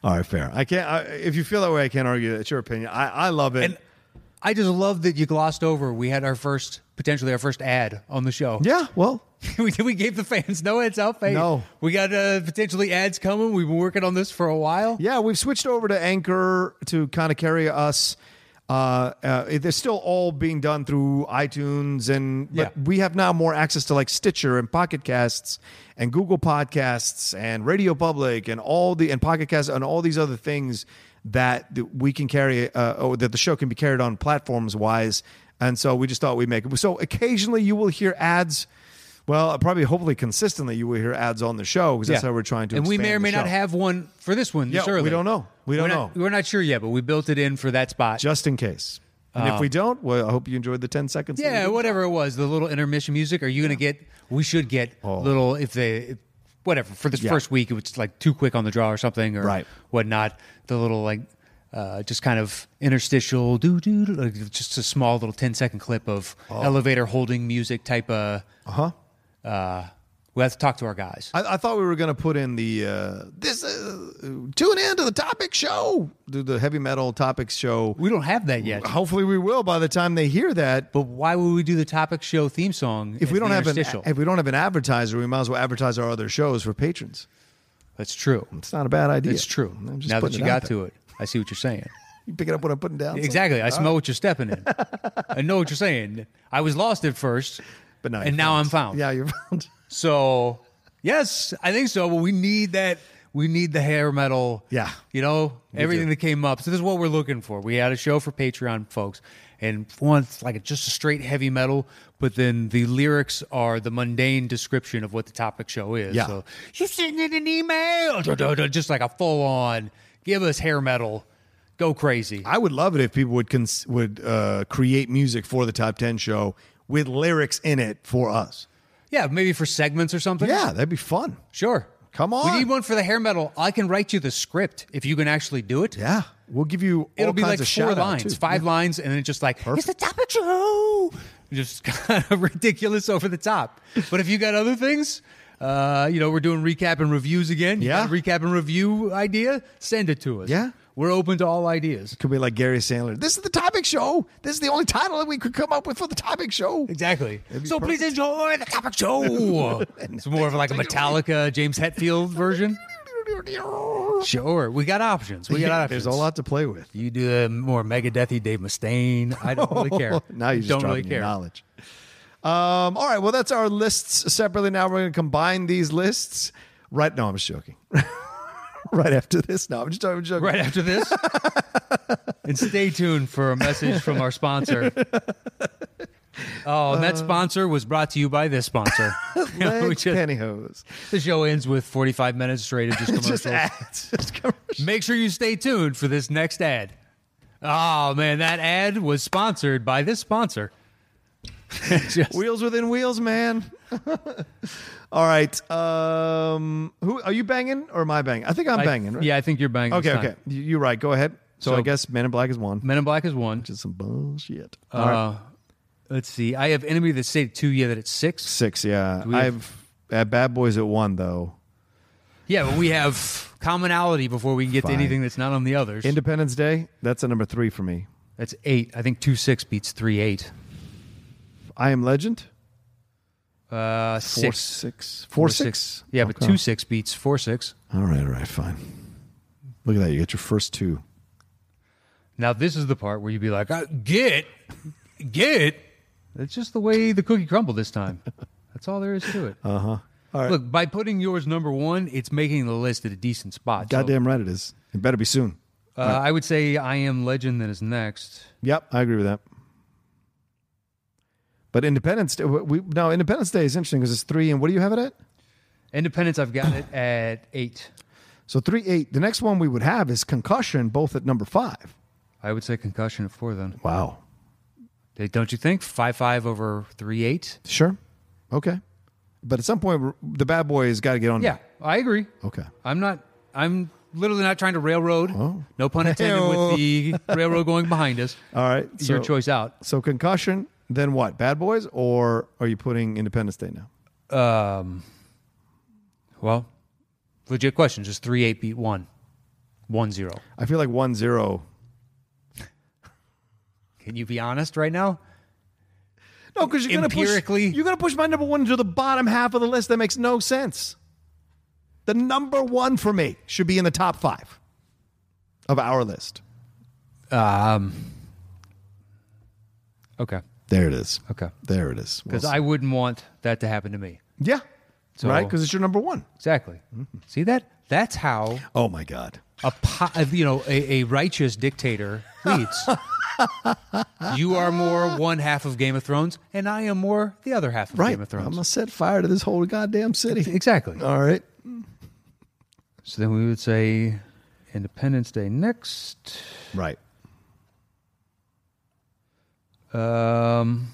Speaker 1: All right, fair. I can't. I, if you feel that way, I can't argue. It's your opinion. I, I love it.
Speaker 2: And I just love that you glossed over. We had our first, potentially our first ad on the show.
Speaker 1: yeah. Well,
Speaker 2: [LAUGHS] we, we gave the fans no heads up. Hey,
Speaker 1: No.
Speaker 2: we got uh, potentially ads coming. We've been working on this for a while.
Speaker 1: yeah, we've switched over to Anchor to kind of carry us. Uh, uh, it- they're still all being done through iTunes, and but
Speaker 2: Yeah.
Speaker 1: we have now more access to like Stitcher and Pocket Casts and Google Podcasts and Radio Public and all the and Pocket Casts and all these other things that th- we can carry, uh, or that the show can be carried on platforms wise. And so we just thought we'd make it. So occasionally you will hear ads. Well, probably, hopefully, consistently, you will hear ads on the show because that's how we're trying to.
Speaker 2: And we may
Speaker 1: expand
Speaker 2: or
Speaker 1: the
Speaker 2: may not
Speaker 1: show.
Speaker 2: have one for this one. This
Speaker 1: Yeah, we
Speaker 2: early.
Speaker 1: don't know. We
Speaker 2: We're
Speaker 1: don't
Speaker 2: not-
Speaker 1: know.
Speaker 2: We're not sure yet, but we built it in for that spot.
Speaker 1: just in case. And if we don't, well, I hope you enjoyed the 10 seconds. that we
Speaker 2: Uh, yeah,
Speaker 1: did.
Speaker 2: whatever it was, the little intermission music. Are you going to get? We should get little if they, if- whatever for this
Speaker 1: Oh. Yeah.
Speaker 2: first week. It was like too quick on the draw or something or
Speaker 1: Right.
Speaker 2: whatnot. The little like. Uh, just kind of interstitial, doo doo, doo, like just a small little 10 second clip of
Speaker 1: Oh.
Speaker 2: elevator holding music type of. Uh-huh. Uh We have to talk to our guys.
Speaker 1: I, I thought we were going to put in the, uh, this, uh, tune in to the topic show, the, the heavy metal topics show.
Speaker 2: we don't have that yet.
Speaker 1: Hopefully we will by the time they hear that.
Speaker 2: But why would we do the topic show theme song
Speaker 1: If we
Speaker 2: as
Speaker 1: don't
Speaker 2: the
Speaker 1: have an,
Speaker 2: interstitial?
Speaker 1: if we don't have an advertiser, we might as well advertise our other shows for patrons.
Speaker 2: That's true.
Speaker 1: It's not a bad idea.
Speaker 2: It's true.
Speaker 1: I'm just
Speaker 2: Now that
Speaker 1: putting
Speaker 2: you
Speaker 1: it out
Speaker 2: got
Speaker 1: there.
Speaker 2: to it, I see what you're saying.
Speaker 1: you picking up what I'm putting down.
Speaker 2: Exactly. I smell what you're stepping in. I know what you're saying. I was lost at first,
Speaker 1: [LAUGHS] But now you're
Speaker 2: and now I'm found.
Speaker 1: Yeah, you're found.
Speaker 2: So, yes, I think so. But we need that. We need the hair metal.
Speaker 1: Yeah.
Speaker 2: You know, everything that came up. So, this is what we're looking for. We had a show for Patreon folks, and once like just a straight heavy metal, but then the lyrics are the mundane description of what the topic show is.
Speaker 1: Yeah.
Speaker 2: So, you send in an email, duh, duh, duh, just like a full on, give us hair metal, go crazy.
Speaker 1: I would love it if people would cons- would uh, create music for the top 10 show with lyrics in it for us.
Speaker 2: Yeah, maybe for segments or something.
Speaker 1: Yeah, that'd be fun.
Speaker 2: Sure.
Speaker 1: Come
Speaker 2: We
Speaker 1: on.
Speaker 2: need one for the hair metal. I can write you the script if you can actually do it.
Speaker 1: Yeah, we'll give you. All
Speaker 2: It'll be
Speaker 1: kinds
Speaker 2: like
Speaker 1: of
Speaker 2: four
Speaker 1: shout-out,
Speaker 2: lines,
Speaker 1: too.
Speaker 2: five lines, and then just like it's the top of Joe. [LAUGHS] Just [LAUGHS] kind of ridiculous over the top. But if you got other things, uh, you know, we're doing recap and reviews again. You
Speaker 1: Yeah.
Speaker 2: got a recap and review idea, send it to us.
Speaker 1: Yeah.
Speaker 2: We're open to all ideas.
Speaker 1: Could be like Gary Sandler. This is the topic show. This is the only title that we could come up with for the topic show.
Speaker 2: Exactly.
Speaker 1: be
Speaker 2: So please enjoy the
Speaker 1: [LAUGHS]
Speaker 2: topic show. it's more of like a Metallica James Hetfield version. Sure. We got options. We got
Speaker 1: Yeah,
Speaker 2: options.
Speaker 1: there's a lot to play with.
Speaker 2: You do a more Megadethy Dave Mustaine. I don't really care.
Speaker 1: [LAUGHS] now you're just
Speaker 2: don't
Speaker 1: dropping
Speaker 2: really
Speaker 1: your
Speaker 2: care.
Speaker 1: knowledge. Um, all right, well, that's our lists separately. Now we're going to combine these lists. Right? No, I'm just joking. [LAUGHS] right after this. No, I'm just I'm joking. [LAUGHS]
Speaker 2: right after this. and stay tuned for a message from
Speaker 1: [LAUGHS]
Speaker 2: our sponsor. Oh, and
Speaker 1: Uh,
Speaker 2: that sponsor was brought to you by
Speaker 1: [LAUGHS]
Speaker 2: this sponsor. You know, [LAUGHS] we
Speaker 1: Legs,
Speaker 2: just-
Speaker 1: pantyhose.
Speaker 2: the show ends with 45 minutes straight of just commercials.
Speaker 1: [LAUGHS] Just ads. Just commercials.
Speaker 2: Make sure you stay tuned for this next ad. Oh, man, that ad was sponsored by this sponsor. [LAUGHS] Just-
Speaker 1: Wheels within wheels, man. [LAUGHS] all right. Um, who are you banging or am I banging? I think I'm
Speaker 2: I-
Speaker 1: banging. Right?
Speaker 2: Yeah, I think you're banging. this
Speaker 1: Okay.
Speaker 2: time.
Speaker 1: Okay. You- You're right. Go ahead. So,
Speaker 2: So-
Speaker 1: I guess Men in Black is
Speaker 2: [LAUGHS]
Speaker 1: one.
Speaker 2: Men in Black is one.
Speaker 1: Just some bullshit.
Speaker 2: Uh, Let's see. I have Enemy of the State 2 yet at 6.
Speaker 1: Six. Yeah.
Speaker 2: we have-
Speaker 1: I've at Bad Boys at one though.
Speaker 2: Yeah, but we have commonality before we can get
Speaker 1: Fine.
Speaker 2: to anything that's not on the others.
Speaker 1: Independence Day. That's a number three for me.
Speaker 2: that's eight. I think two six beats three eight.
Speaker 1: I Am Legend. Four
Speaker 2: Uh, six.
Speaker 1: six. Four,
Speaker 2: Four,
Speaker 1: six.
Speaker 2: Yeah, but
Speaker 1: Okay.
Speaker 2: two six beats four six.
Speaker 1: All right. All right. Fine. Look at that. You get your first two.
Speaker 2: Now this is the part where you'd be like, uh, get, get. It's just the way the cookie crumbled
Speaker 1: [LAUGHS]
Speaker 2: this time. That's all there is to it. Uh huh.
Speaker 1: Uh-huh. All right.
Speaker 2: Look, by putting yours number one, it's making the list at a decent spot. So,
Speaker 1: Goddamn right it is. It better be soon.
Speaker 2: uh, I would say I Am Legend then is next.
Speaker 1: Yep, I agree with that. But Independence Day, we, now Independence Day is interesting because it's three, and what do you have it at?
Speaker 2: Independence, I've got it at eight.
Speaker 1: So three eight. The next one we would have is Concussion, both at number five.
Speaker 2: I would say Concussion at four then.
Speaker 1: Wow.
Speaker 2: Hey, Don't you think? Five five over three eight.
Speaker 1: Sure. Okay. But at some point, the bad boy has got to get on.
Speaker 2: Yeah, I agree.
Speaker 1: Okay.
Speaker 2: I'm not. I'm literally not trying to railroad.
Speaker 1: Oh.
Speaker 2: No pun intended
Speaker 1: Hey-o.
Speaker 2: with [LAUGHS] the railroad going behind us.
Speaker 1: All right. So,
Speaker 2: Your choice out.
Speaker 1: So Concussion, then what? Bad Boys, or are you putting Independence Day now?
Speaker 2: Um, well, legit question. Just three eight beat one, one zero.
Speaker 1: I feel like one zero.
Speaker 2: Can you be honest right now?
Speaker 1: No, because you're going to
Speaker 2: Empirically-
Speaker 1: Push, you're going to push my number one to the bottom half of the list. That makes no sense. The number one for me should be in the top five of our list.
Speaker 2: Um. Okay.
Speaker 1: There it is.
Speaker 2: Okay.
Speaker 1: There it is.
Speaker 2: Because I wouldn't want that to happen to me.
Speaker 1: yeah,
Speaker 2: So-
Speaker 1: right because it's your number one.
Speaker 2: Exactly. See that? That's how
Speaker 1: Oh my god.
Speaker 2: a po- uh, you know a, a righteous dictator leads. you are more one half of Game of Thrones, and I am more the other half of
Speaker 1: Right.
Speaker 2: Game of
Speaker 1: I'm Uh,
Speaker 2: Thrones.
Speaker 1: gonna set fire to this whole goddamn
Speaker 2: [LAUGHS]
Speaker 1: city.
Speaker 2: exactly.
Speaker 1: All right.
Speaker 2: So then we would say Independence Day next.
Speaker 1: Right.
Speaker 2: Um,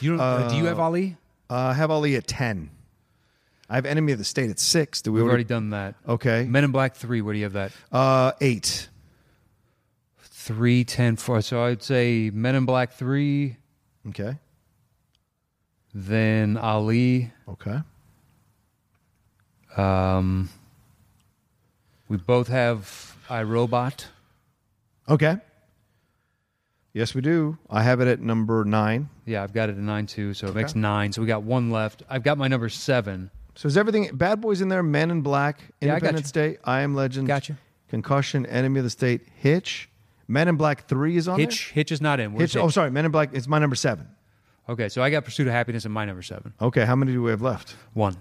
Speaker 2: you don't, uh, do you have Ali?
Speaker 1: Uh, have Ali at ten. I have Enemy of the State at six. Do we
Speaker 2: We've
Speaker 1: already?
Speaker 2: already done that.
Speaker 1: Okay.
Speaker 2: Men in Black Three. Where do you have that?
Speaker 1: Uh, eight.
Speaker 2: Three, ten, four. So I'd say Men in Black Three,
Speaker 1: Okay.
Speaker 2: then Ali.
Speaker 1: Okay.
Speaker 2: Um, we both have iRobot.
Speaker 1: Okay. Yes, we do. I have it at number nine.
Speaker 2: Yeah, I've got it at nine two, so it makes nine. So we got one left. I've got my number seven.
Speaker 1: So is everything Bad Boys in there? Men in Black,
Speaker 2: Yeah, I got
Speaker 1: Independence Day, I Am Legend,
Speaker 2: Gotcha.
Speaker 1: Concussion, Enemy of the State, Hitch, Men in Black Three is on
Speaker 2: Hitch, Hitch is not in.
Speaker 1: there.
Speaker 2: Where's
Speaker 1: Hitch. Oh, sorry, Men in Black. It's my number seven.
Speaker 2: Okay, so I got Pursuit of Happiness in my number seven.
Speaker 1: Okay, how many do we have left?
Speaker 2: One.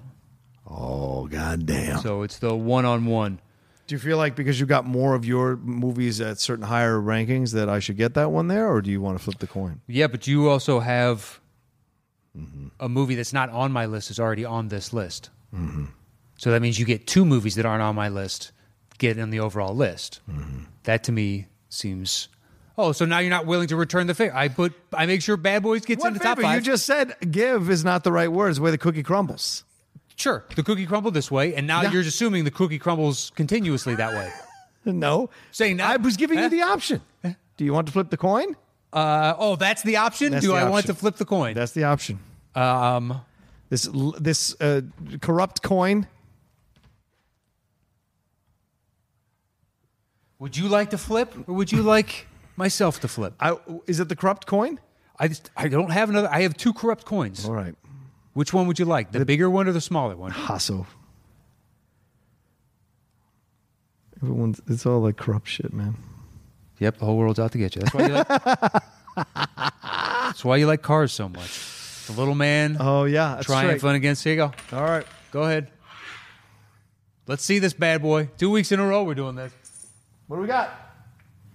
Speaker 1: Oh, goddamn.
Speaker 2: So it's the one on one.
Speaker 1: Do you feel like because you got more of your movies at certain higher rankings that I should get that one there, or do you want to flip the coin?
Speaker 2: Yeah, but you also have
Speaker 1: Mm-hmm.
Speaker 2: a movie that's not on my list is already on this list.
Speaker 1: Mm-hmm.
Speaker 2: So that means you get two movies that aren't on my list get in the overall list.
Speaker 1: Mm-hmm.
Speaker 2: That to me seems. Oh, so now you're not willing to return the favor? I put. I make sure Bad Boys gets in the top
Speaker 1: You
Speaker 2: five.
Speaker 1: just said give is not the right word. It's the way the cookie crumbles. [LAUGHS]
Speaker 2: sure, the cookie crumbled this way, and now
Speaker 1: Yeah.
Speaker 2: you're assuming the cookie crumbles continuously that way.
Speaker 1: No,
Speaker 2: Saying that-
Speaker 1: I was giving
Speaker 2: Huh?
Speaker 1: you the option. Do you want to flip the coin?
Speaker 2: Uh, oh, that's the option.
Speaker 1: That's
Speaker 2: Do
Speaker 1: the
Speaker 2: I want
Speaker 1: option.
Speaker 2: to flip the coin?
Speaker 1: That's the option.
Speaker 2: um,
Speaker 1: This l- this uh, corrupt coin.
Speaker 2: would you like to flip, or would you like myself to flip?
Speaker 1: I, is it the corrupt coin?
Speaker 2: I just, I don't have another. I have two corrupt coins.
Speaker 1: All right,
Speaker 2: Which one would you like? The bigger one or the smaller one?
Speaker 1: Hasso. Everyone's it's all like corrupt shit, man.
Speaker 2: Yep, the whole world's out to get you. That's why you like. that's [LAUGHS] That's why you like cars so much. The little man
Speaker 1: Oh yeah, that's
Speaker 2: triumphant
Speaker 1: right.
Speaker 2: against. Here you go.
Speaker 1: All right,
Speaker 2: Go ahead. Let's see this bad boy. Two weeks in a row, we're doing this.
Speaker 1: what do we got?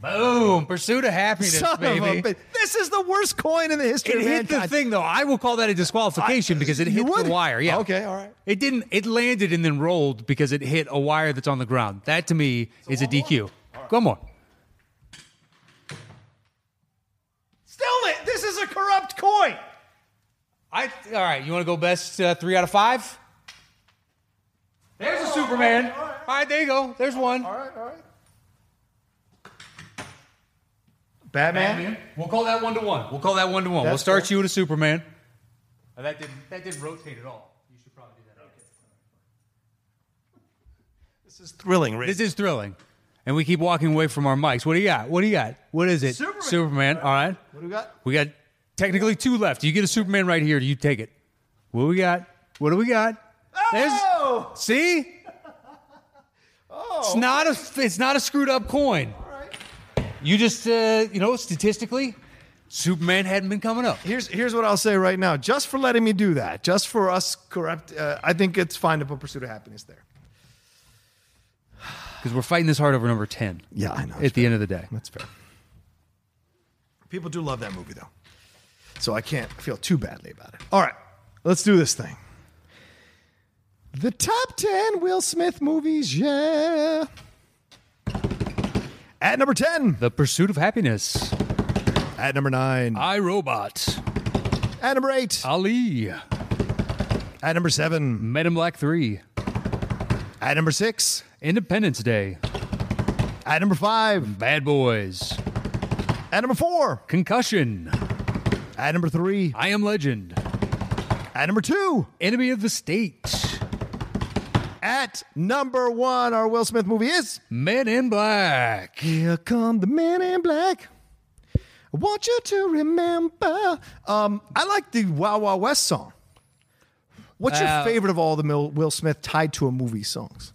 Speaker 2: Boom! Pursuit of happiness,
Speaker 1: Son of a
Speaker 2: baby.
Speaker 1: bit- this is the worst coin in the history
Speaker 2: It
Speaker 1: of
Speaker 2: hit the
Speaker 1: mankind.
Speaker 2: thing though. I will call that a disqualification because it
Speaker 1: You
Speaker 2: hit
Speaker 1: would?
Speaker 2: the wire. Yeah.
Speaker 1: Okay, all right.
Speaker 2: It didn't. It landed and then rolled because it hit a wire that's on the ground. That to me is a DQ. One more.
Speaker 1: Still, it- this is a corrupt coin.
Speaker 2: I. All right. You want to go best uh, three out of five? There's a Superman. All right. There you go. There's one.
Speaker 1: All right, all right. Batman.
Speaker 2: We'll call that one to one. We'll call that one to one. We'll
Speaker 1: That's
Speaker 2: start
Speaker 1: fair.
Speaker 2: you with a Superman. Now, that didn't. That didn't rotate at all. You should probably do that. again.
Speaker 1: This is thrilling. Rick.
Speaker 2: This is thrilling. And we keep walking away from our mics. What do you got? What do you got? What is it?
Speaker 1: Superman.
Speaker 2: All right.
Speaker 1: what do we got?
Speaker 2: We got technically two left. You get a Superman right here. Do you take it? What do we got? What do we got?
Speaker 1: Oh!
Speaker 2: see? It's not a it's not a screwed up coin. You just uh, you know statistically, Superman hadn't been coming up.
Speaker 1: Here's here's what I'll say right now. Just for letting me do that, just for us corrupt, uh, I think it's fine to put Pursuit of Happiness there.
Speaker 2: Because we're fighting this hard over number ten.
Speaker 1: Yeah, I know.
Speaker 2: At the end of the day.
Speaker 1: That's fair. People do love that movie though, so I can't feel too badly about it. All right, let's do this thing. The top ten Will Smith movies. Yeah. At number ten.
Speaker 2: The pursuit of happiness.
Speaker 1: At number nine.
Speaker 2: I Robot.
Speaker 1: At number eight.
Speaker 2: Ali.
Speaker 1: At number seven.
Speaker 2: Men in Black Three.
Speaker 1: At number six.
Speaker 2: Independence Day.
Speaker 1: At number five.
Speaker 2: Bad Boys.
Speaker 1: At number four.
Speaker 2: Concussion.
Speaker 1: At number three.
Speaker 2: I Am Legend.
Speaker 1: At number two.
Speaker 2: Enemy of the State.
Speaker 1: At number one, our Will Smith movie is
Speaker 2: Men in Black.
Speaker 1: Here Come the Men in Black. I want you to remember. Um, I like the Wow Wow West song. What's your
Speaker 2: Uh,
Speaker 1: favorite of all the Mil- Will Smith tied to a movie songs?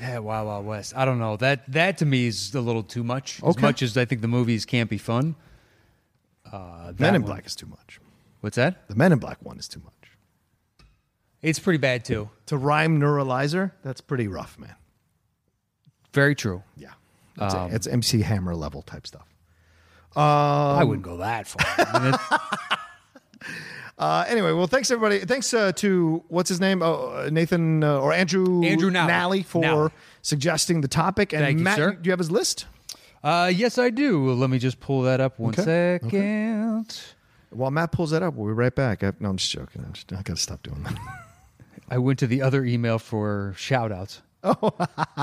Speaker 2: Yeah, Wild Wild West. I don't know. That that to me is a little too much. As
Speaker 1: Okay.
Speaker 2: much as I think the movies can't be fun. Uh, that
Speaker 1: Men in
Speaker 2: one-
Speaker 1: Black is too much.
Speaker 2: What's that?
Speaker 1: The Men in Black one is too much.
Speaker 2: It's pretty bad too.
Speaker 1: To rhyme Neuralizer, that's pretty rough, man.
Speaker 2: Very true.
Speaker 1: Yeah. That's it.
Speaker 2: Um,
Speaker 1: it's MC Hammer level type stuff.
Speaker 2: I wouldn't go that far. [LAUGHS] I mean, it-
Speaker 1: Uh, anyway, well, thanks everybody. Thanks uh, to what's his name, uh, Nathan uh, or Andrew
Speaker 2: Andrew Nally.
Speaker 1: for
Speaker 2: Nally.
Speaker 1: suggesting the topic. And
Speaker 2: Thank you,
Speaker 1: Matt,
Speaker 2: sir.
Speaker 1: do you have his list?
Speaker 2: uh, yes, I do. Let me just pull that up one
Speaker 1: Okay.
Speaker 2: second.
Speaker 1: While Matt pulls that up, we'll be right back. I, no, I'm just joking. I'm just, I gotta stop doing [LAUGHS] that.
Speaker 2: I went to the other email for shout outs. Oh.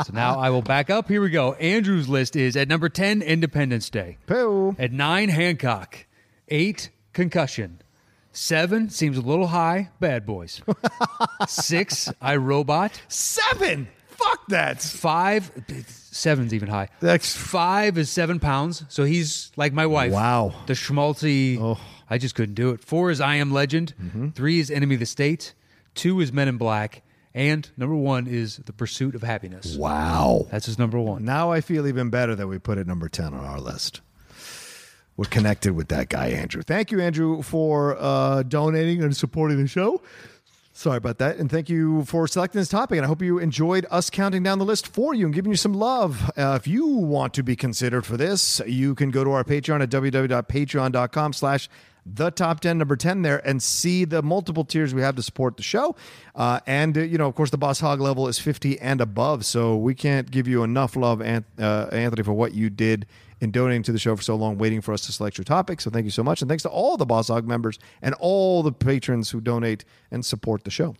Speaker 2: so now I will back up. Here we go. Andrew's list is at number 10, Independence Day.
Speaker 1: Pooh.
Speaker 2: At nine, Hancock. Eight, Concussion. Seven seems a little high. Bad
Speaker 1: [LAUGHS]
Speaker 2: Boys. Six, I Robot.
Speaker 1: Seven. Fuck that.
Speaker 2: Five, seven's even high.
Speaker 1: That's-
Speaker 2: five is seven pounds. So he's like my wife.
Speaker 1: Wow.
Speaker 2: The schmaltzy.
Speaker 1: Oh. Mm-hmm.
Speaker 2: I just couldn't do it. Four is I Am Legend. Three is Enemy of the State. Two is Men in Black. And number one is The Pursuit of Happiness.
Speaker 1: Wow.
Speaker 2: That's his number one.
Speaker 1: Now I feel even better that we put it number ten on our list. We're connected with that guy, Andrew. Thank you, Andrew, for uh, donating and supporting the show. Sorry about that. And thank you for selecting this topic. And I hope you enjoyed us counting down the list for you and giving you some love. Uh, if you want to be considered for this, you can go to our Patreon at www.patreon.com slash the top 10 number 10 there and see the multiple tiers we have to support the show uh, and uh, you know of course the boss hog level is 50 and above so we can't give you enough love Ant- uh, anthony for what you did in donating to the show for so long, waiting for us to select your topic. So thank you so much. And thanks to all the Boss Hog members and all the patrons who donate and support the show.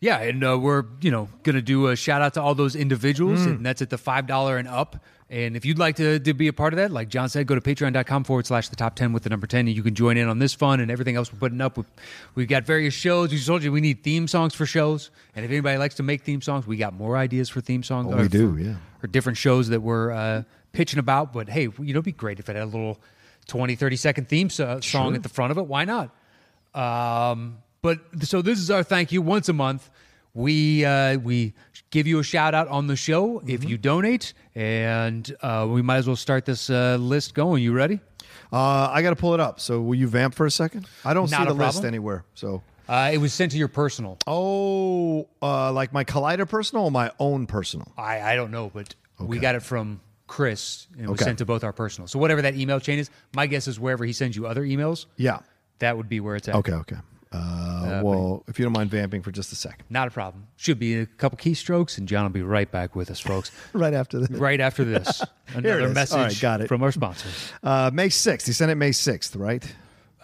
Speaker 2: Yeah, and uh, we're you know gonna do a shout out to all those individuals,
Speaker 1: Mm.
Speaker 2: and that's at the five dollar and up. And if you'd like to, to be a part of that, like John said, go to patreon.com forward slash the top 10 with the number 10, and you can join in on this fun and everything else we're putting up. We've, we've got various shows. We told you we need theme songs for shows. And if anybody likes to make theme songs, we got more ideas for theme songs.
Speaker 1: Oh, we
Speaker 2: or
Speaker 1: do,
Speaker 2: for-
Speaker 1: yeah.
Speaker 2: Or different shows that we're uh, pitching about. But hey, you know, it'd be great if it had a little 20, 30 second theme so- uh, song at the front of it. Why not? Um, but so this is our thank you once a month. we uh, we give you a shout out on the show if you donate, and uh, we might as well start this uh, list going. You ready?
Speaker 1: Uh, I got to pull it up. So will you vamp for a second? I don't see
Speaker 2: Not
Speaker 1: the
Speaker 2: a
Speaker 1: list
Speaker 2: problem.
Speaker 1: anywhere. So
Speaker 2: Uh, it was sent to your personal.
Speaker 1: oh, uh, like my Collider personal or my own personal?
Speaker 2: I I don't know, but we got it from Chris, and it was
Speaker 1: Okay.
Speaker 2: sent to both our personal. So whatever that email chain is, my guess is wherever he sends you other emails,
Speaker 1: Yeah.
Speaker 2: that would be where it's at.
Speaker 1: Okay. Okay. Uh, well, if you don't mind vamping for just a second,
Speaker 2: Not a problem. Should be a couple keystrokes, and John will be right back with us, folks.
Speaker 1: right after this.
Speaker 2: right after
Speaker 1: [LAUGHS]
Speaker 2: this,
Speaker 1: it
Speaker 2: another
Speaker 1: is.
Speaker 2: message
Speaker 1: All right, got it.
Speaker 2: from our sponsors.
Speaker 1: Uh, May 6th. He sent it May 6th, right?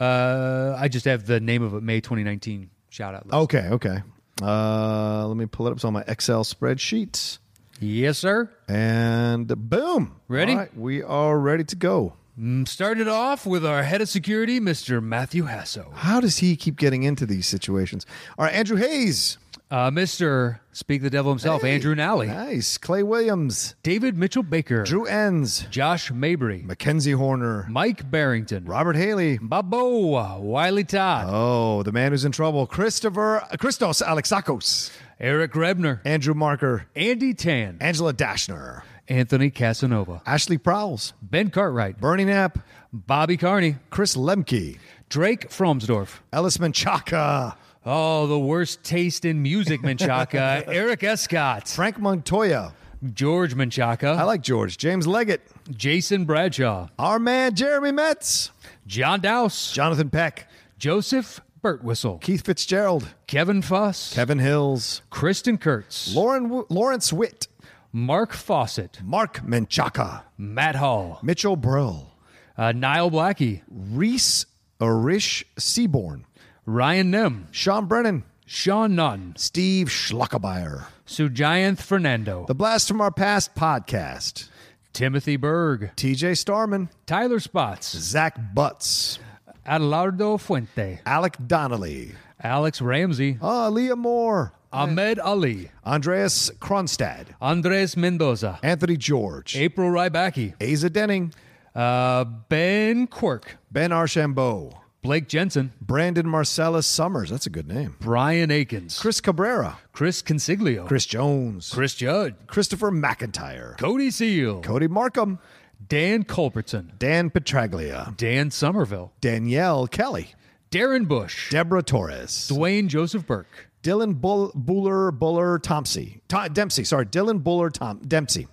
Speaker 2: Uh, I just have the name of it, May 2019 shout out list.
Speaker 1: Okay. Okay. Uh, let me pull it up. It's on my Excel spreadsheet.
Speaker 2: Yes, sir.
Speaker 1: And boom.
Speaker 2: Ready?
Speaker 1: All right, we are ready to go.
Speaker 2: Mm, Started off with our head of security, Mr. Matthew Hasso.
Speaker 1: How does he keep getting into these situations? All right, Andrew Hayes.
Speaker 2: Uh, Mr. Speak the Devil himself,
Speaker 1: Hey.
Speaker 2: Andrew Nally.
Speaker 1: Nice. Clay Williams.
Speaker 2: David Mitchell Baker.
Speaker 1: Drew Enns.
Speaker 2: Josh Mabry.
Speaker 1: Mackenzie Horner.
Speaker 2: Mike Barrington.
Speaker 1: Robert Haley.
Speaker 2: Babo. Wiley Todd.
Speaker 1: Oh, the man who's in trouble. Christopher Christos Alexakos.
Speaker 2: Eric Rebner.
Speaker 1: Andrew Marker.
Speaker 2: Andy Tan.
Speaker 1: Angela Dashner.
Speaker 2: Anthony Casanova.
Speaker 1: Ashley Prowls.
Speaker 2: Ben Cartwright.
Speaker 1: Bernie Knapp.
Speaker 2: Bobby Carney.
Speaker 1: Chris Lemke.
Speaker 2: Drake Fromsdorf.
Speaker 1: Ellis Menchaca.
Speaker 2: Oh, the worst taste in music, [LAUGHS] Menchaca. Eric Escott,
Speaker 1: Frank Montoya.
Speaker 2: George Menchaca,
Speaker 1: I like George. James Leggett.
Speaker 2: Jason Bradshaw,
Speaker 1: Our man Jeremy Metz.
Speaker 2: John Douse,
Speaker 1: Jonathan Peck.
Speaker 2: Joseph Birtwistle,
Speaker 1: Keith Fitzgerald.
Speaker 2: Kevin Fuss,
Speaker 1: Kevin Hills.
Speaker 2: Kristen Kurtz,
Speaker 1: Lauren W- Lawrence Witt.
Speaker 2: Mark Fawcett,
Speaker 1: Mark Menchaca.
Speaker 2: Matt Hall,
Speaker 1: Mitchell Brill.
Speaker 2: uh, Niall Blackie,
Speaker 1: Reese Arish Seaborn.
Speaker 2: Ryan Nem,
Speaker 1: Sean Brennan.
Speaker 2: Sean Nunn,
Speaker 1: Steve Schluckabier.
Speaker 2: Sujayanth Fernando,
Speaker 1: The Blast from Our Past podcast.
Speaker 2: Timothy Berg,
Speaker 1: TJ Starman.
Speaker 2: Tyler Spots,
Speaker 1: Zach Butts.
Speaker 2: Adelardo Fuente,
Speaker 1: Alec Donnelly.
Speaker 2: Alex Ramsey,
Speaker 1: Ah, Leah Moore.
Speaker 2: Ahmed Ali,
Speaker 1: Andreas Kronstad.
Speaker 2: Andres Mendoza,
Speaker 1: Anthony George.
Speaker 2: April Rybacki,
Speaker 1: Asa Denning.
Speaker 2: Uh, ben Quirk,
Speaker 1: Ben Archambault.
Speaker 2: Blake Jensen,
Speaker 1: Brandon Marcellus Summers. That's a good name.
Speaker 2: Brian Akins,
Speaker 1: Chris Cabrera.
Speaker 2: Chris Consiglio, Chris,
Speaker 1: Chris Jones.
Speaker 2: Judd,
Speaker 1: Christopher McIntyre.
Speaker 2: Cody Seal,
Speaker 1: Cody Markham.
Speaker 2: Dan Culbertson,
Speaker 1: Dan Petraglia.
Speaker 2: Dan Somerville,
Speaker 1: Danielle Kelly.
Speaker 2: Darren Bush,
Speaker 1: Deborah Torres.
Speaker 2: Dwayne Joseph Burke,
Speaker 1: Dylan Bull- Buller Buller Thompson. Ta- Dempsey, sorry, Dylan Buller Tom Dempsey.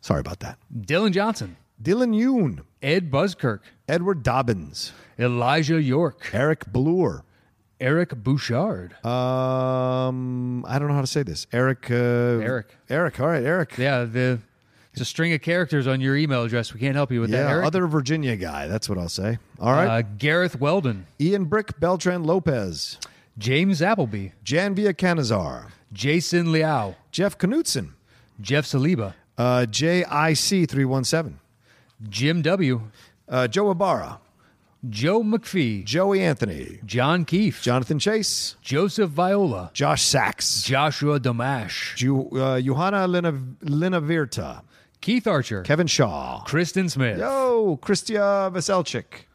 Speaker 1: Sorry about that.
Speaker 2: Dylan Johnson,
Speaker 1: Dylan Yoon,
Speaker 2: Ed Buzzkirk,
Speaker 1: Edward Dobbins,
Speaker 2: Elijah York,
Speaker 1: Eric Bloor.
Speaker 2: Eric Bouchard.
Speaker 1: Um, I don't know how to say this. Eric. Uh, Eric. Eric. All right, Eric.
Speaker 2: yeah, the it's a string of characters on your email address. We can't help you with
Speaker 1: Yeah,
Speaker 2: that, Eric.
Speaker 1: other Virginia guy. That's what I'll say. All right.
Speaker 2: uh, Gareth Weldon,
Speaker 1: Ian Brick, Beltran Lopez,
Speaker 2: James Appleby,
Speaker 1: Janvia Canizar,
Speaker 2: Jason Liao,
Speaker 1: Jeff Knutson,
Speaker 2: Jeff Saliba,
Speaker 1: uh, JIC317,
Speaker 2: Jim W.,
Speaker 1: uh, Joe Ibarra,
Speaker 2: Joe McPhee,
Speaker 1: Joey Anthony,
Speaker 2: John Keefe,
Speaker 1: Jonathan Chase,
Speaker 2: Joseph Viola,
Speaker 1: Josh Sachs.
Speaker 2: Joshua Damash,
Speaker 1: Ju- uh, Johanna Lina- Linavirta,
Speaker 2: Keith Archer,
Speaker 1: Kevin Shaw,
Speaker 2: Kristen Smith,
Speaker 1: Yo, Kristia Veselchik,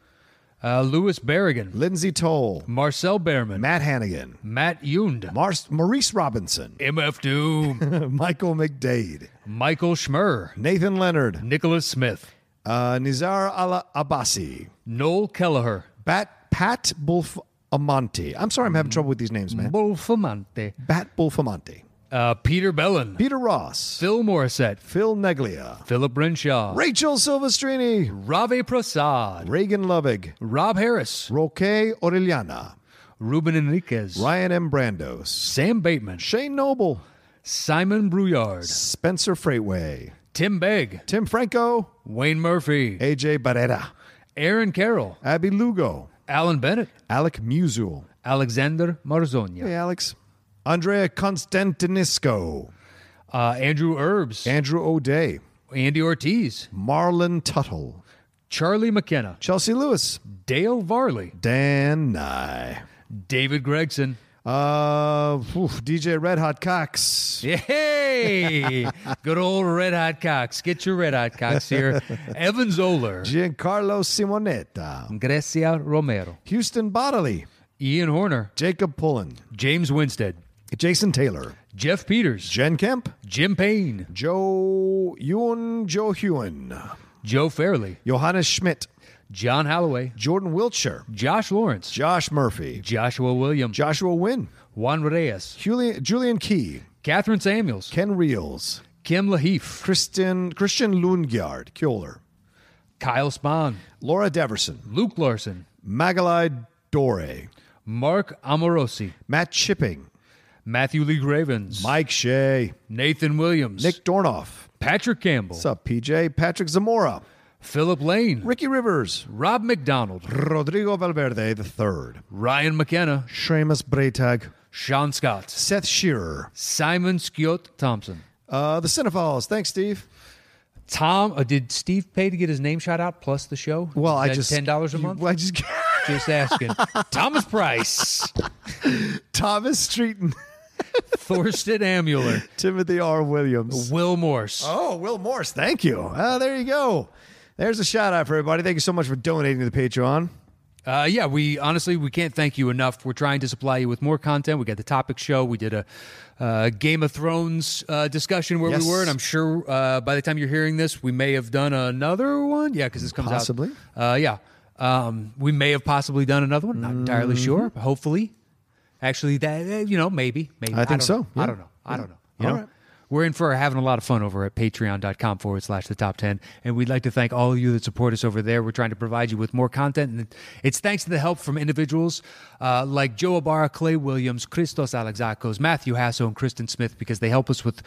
Speaker 2: uh, Louis Berrigan,
Speaker 1: Lindsay Toll,
Speaker 2: Marcel Behrman,
Speaker 1: Matt
Speaker 2: Matt,
Speaker 1: Hannigan,
Speaker 2: Yund,
Speaker 1: Mar- Maurice Robinson, [LAUGHS]
Speaker 2: MF Doom,
Speaker 1: Michael McDade,
Speaker 2: Michael Schmurr,
Speaker 1: Nathan Leonard,
Speaker 2: Nicholas Smith,
Speaker 1: uh, Nizar Al Abbasi,
Speaker 2: Noel Kelleher,
Speaker 1: Bat- Pat Bulfamonte. I'm sorry, I'm having trouble with these names, man.
Speaker 2: Bolfamante,
Speaker 1: Bat Bulfamonte,
Speaker 2: uh, Peter Bellin,
Speaker 1: Peter Ross,
Speaker 2: Phil Morissette,
Speaker 1: Phil Neglia,
Speaker 2: Philip Renshaw,
Speaker 1: Rachel Silvestrini,
Speaker 2: Rave Prasad,
Speaker 1: Reagan Lovig,
Speaker 2: Rob Harris,
Speaker 1: Roque Orellana,
Speaker 2: Ruben Enriquez,
Speaker 1: Ryan M. Brandos,
Speaker 2: Sam Bateman,
Speaker 1: Shane Noble,
Speaker 2: Simon Brouillard,
Speaker 1: Spencer Freightway,
Speaker 2: Tim Begg,
Speaker 1: Tim Franco,
Speaker 2: Wayne Murphy,
Speaker 1: AJ Barrera,
Speaker 2: Aaron Carroll,
Speaker 1: Abby Lugo,
Speaker 2: Alan Bennett,
Speaker 1: Alec Musul.
Speaker 2: Alexander Marzonia,
Speaker 1: Hey, Alex. Andrea Constantinisco,
Speaker 2: uh, Andrew Herbs,
Speaker 1: Andrew O'Day,
Speaker 2: Andy Ortiz,
Speaker 1: Marlon Tuttle,
Speaker 2: Charlie McKenna,
Speaker 1: Chelsea Lewis,
Speaker 2: Dale Varley,
Speaker 1: Dan Nye,
Speaker 2: David Gregson.
Speaker 1: uh, oof, DJ Red Hot Cox,
Speaker 2: Yay! Good old Red Hot Cox. Get your Red Hot Cox here. Evan Zoller,
Speaker 1: Giancarlo Simonetta,
Speaker 2: Grecia Romero,
Speaker 1: Houston Bodily,
Speaker 2: Ian Horner,
Speaker 1: Jacob Pullen,
Speaker 2: James Winstead,
Speaker 1: Jason Taylor,
Speaker 2: Jeff Peters,
Speaker 1: Jen Kemp,
Speaker 2: Jim Payne,
Speaker 1: Joe Yoon Joe Hewen,
Speaker 2: Joe Fairley,
Speaker 1: Johannes Schmidt,
Speaker 2: John Holloway,
Speaker 1: Jordan Wiltshire,
Speaker 2: Josh Lawrence,
Speaker 1: Josh Murphy,
Speaker 2: Joshua Williams,
Speaker 1: Joshua Wynn,
Speaker 2: Juan Reyes,
Speaker 1: Julian, Julian Key,
Speaker 2: Catherine Samuels,
Speaker 1: Ken Reels,
Speaker 2: Kim Laheef,
Speaker 1: Kristen, Christian Lundgaard, Kjoler,
Speaker 2: Kyle Spahn,
Speaker 1: Laura Deverson,
Speaker 2: Luke Larson,
Speaker 1: Magalai Dore,
Speaker 2: Mark Amorosi,
Speaker 1: Matt Chipping,
Speaker 2: Matthew Lee Gravens,
Speaker 1: Mike Shea,
Speaker 2: Nathan Williams,
Speaker 1: Nick Dornoff,
Speaker 2: Patrick Campbell,
Speaker 1: what's up, PJ, Patrick Zamora,
Speaker 2: Philip Lane,
Speaker 1: Ricky Rivers,
Speaker 2: Rob McDonald,
Speaker 1: Rodrigo Valverde III,
Speaker 2: Ryan McKenna,
Speaker 1: Seamus Braytag,
Speaker 2: Sean Scott,
Speaker 1: Seth Shearer,
Speaker 2: Simon Skjot Thompson.
Speaker 1: uh, the Cinephiles. Thanks, Steve.
Speaker 2: Tom, uh, did Steve pay to get his name shot out plus the show?
Speaker 1: Well,
Speaker 2: Is
Speaker 1: I
Speaker 2: that
Speaker 1: just
Speaker 2: ten dollars a
Speaker 1: you-
Speaker 2: month.
Speaker 1: [LAUGHS] I just
Speaker 2: Just asking. Thomas Price, [LAUGHS]
Speaker 1: Thomas Streeton,
Speaker 2: Thorsten Amuler,
Speaker 1: [LAUGHS] Timothy R. Williams.
Speaker 2: Will Morse.
Speaker 1: Oh, Will Morse. Thank you. Uh, there you go. There's a shout out for everybody. Thank you so much for donating to the Patreon.
Speaker 2: Uh, yeah, we honestly we can't thank you enough. We're trying to supply you with more content. We got the topic show. We did a uh, Game of Thrones uh, discussion where
Speaker 1: Yes.
Speaker 2: we were, and I'm sure uh, by the time you're hearing this, we may have done another one. Yeah, because this comes
Speaker 1: Possibly.
Speaker 2: out. Uh, yeah, um, we may have possibly done another one. Not entirely sure. But hopefully, actually, that eh, you know, maybe, maybe.
Speaker 1: Mm-hmm. I think
Speaker 2: don't
Speaker 1: so,
Speaker 2: know.
Speaker 1: yeah.
Speaker 2: I don't know. I don't know. You
Speaker 1: All
Speaker 2: know?
Speaker 1: right.
Speaker 2: We're in for having a lot of fun over at patreon.com forward slash the top 10. And we'd like to thank all of you that support us over there. We're trying to provide you with more content. And it's thanks to the help from individuals uh, like Joe Ibarra, Clay Williams, Christos Alexakos, Matthew Hasso, and Kristen Smith, because they help us with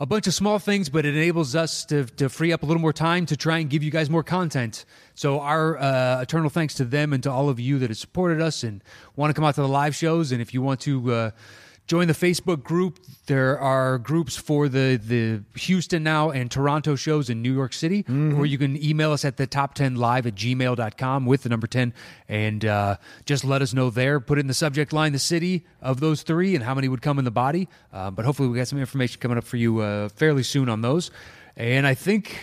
Speaker 2: a bunch of small things, but it enables us to, to free up a little more time to try and give you guys more content. So, our uh, eternal thanks to them and to all of you that have supported us and want to come out to the live shows. And if you want to, uh, join the Facebook group. There are groups for the the Houston now and Toronto shows in New York City, or you can email us at the top 10 live at gmail.com with the number 10 and uh, just let us know there. Put in the subject line the city of those three and how many would come in the body. Uh, but hopefully, we got some information coming up for you uh, fairly soon on those. And I think.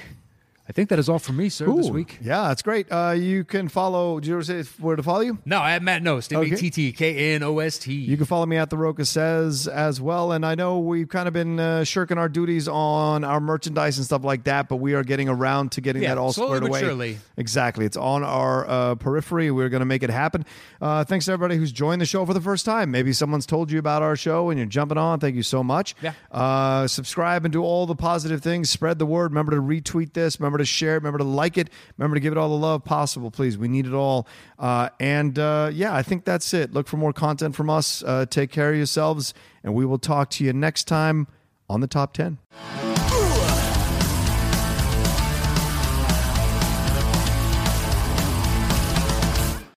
Speaker 2: I think that is all for me, sir, this
Speaker 1: Ooh.
Speaker 2: week.
Speaker 1: Yeah, that's great. Uh, you can follow. Do you ever say where to follow you?
Speaker 2: No, I have Matt Nost, M A T T K A N O S
Speaker 1: You
Speaker 2: T.
Speaker 1: can follow me at the Roca says as well. And I know we've kind of been uh, shirking our duties on our merchandise and stuff like that, but we are getting around to getting
Speaker 2: Yeah,
Speaker 1: that all
Speaker 2: slowly
Speaker 1: squared
Speaker 2: but
Speaker 1: away.
Speaker 2: surely.
Speaker 1: Exactly. It's on our uh, periphery. We're going to make it happen. Uh, thanks to everybody who's joined the show for the first time. Maybe someone's told you about our show and you're jumping on. Thank you so much.
Speaker 2: Yeah.
Speaker 1: Uh, subscribe and do all the positive things. Spread the word. Remember to retweet this. Remember to share it. Remember to like it. Remember to give it all the love possible, please. We need it all. Uh, and uh, yeah, I think that's it. Look for more content from us. Uh, take care of yourselves, and we will talk to you next time on the top 10.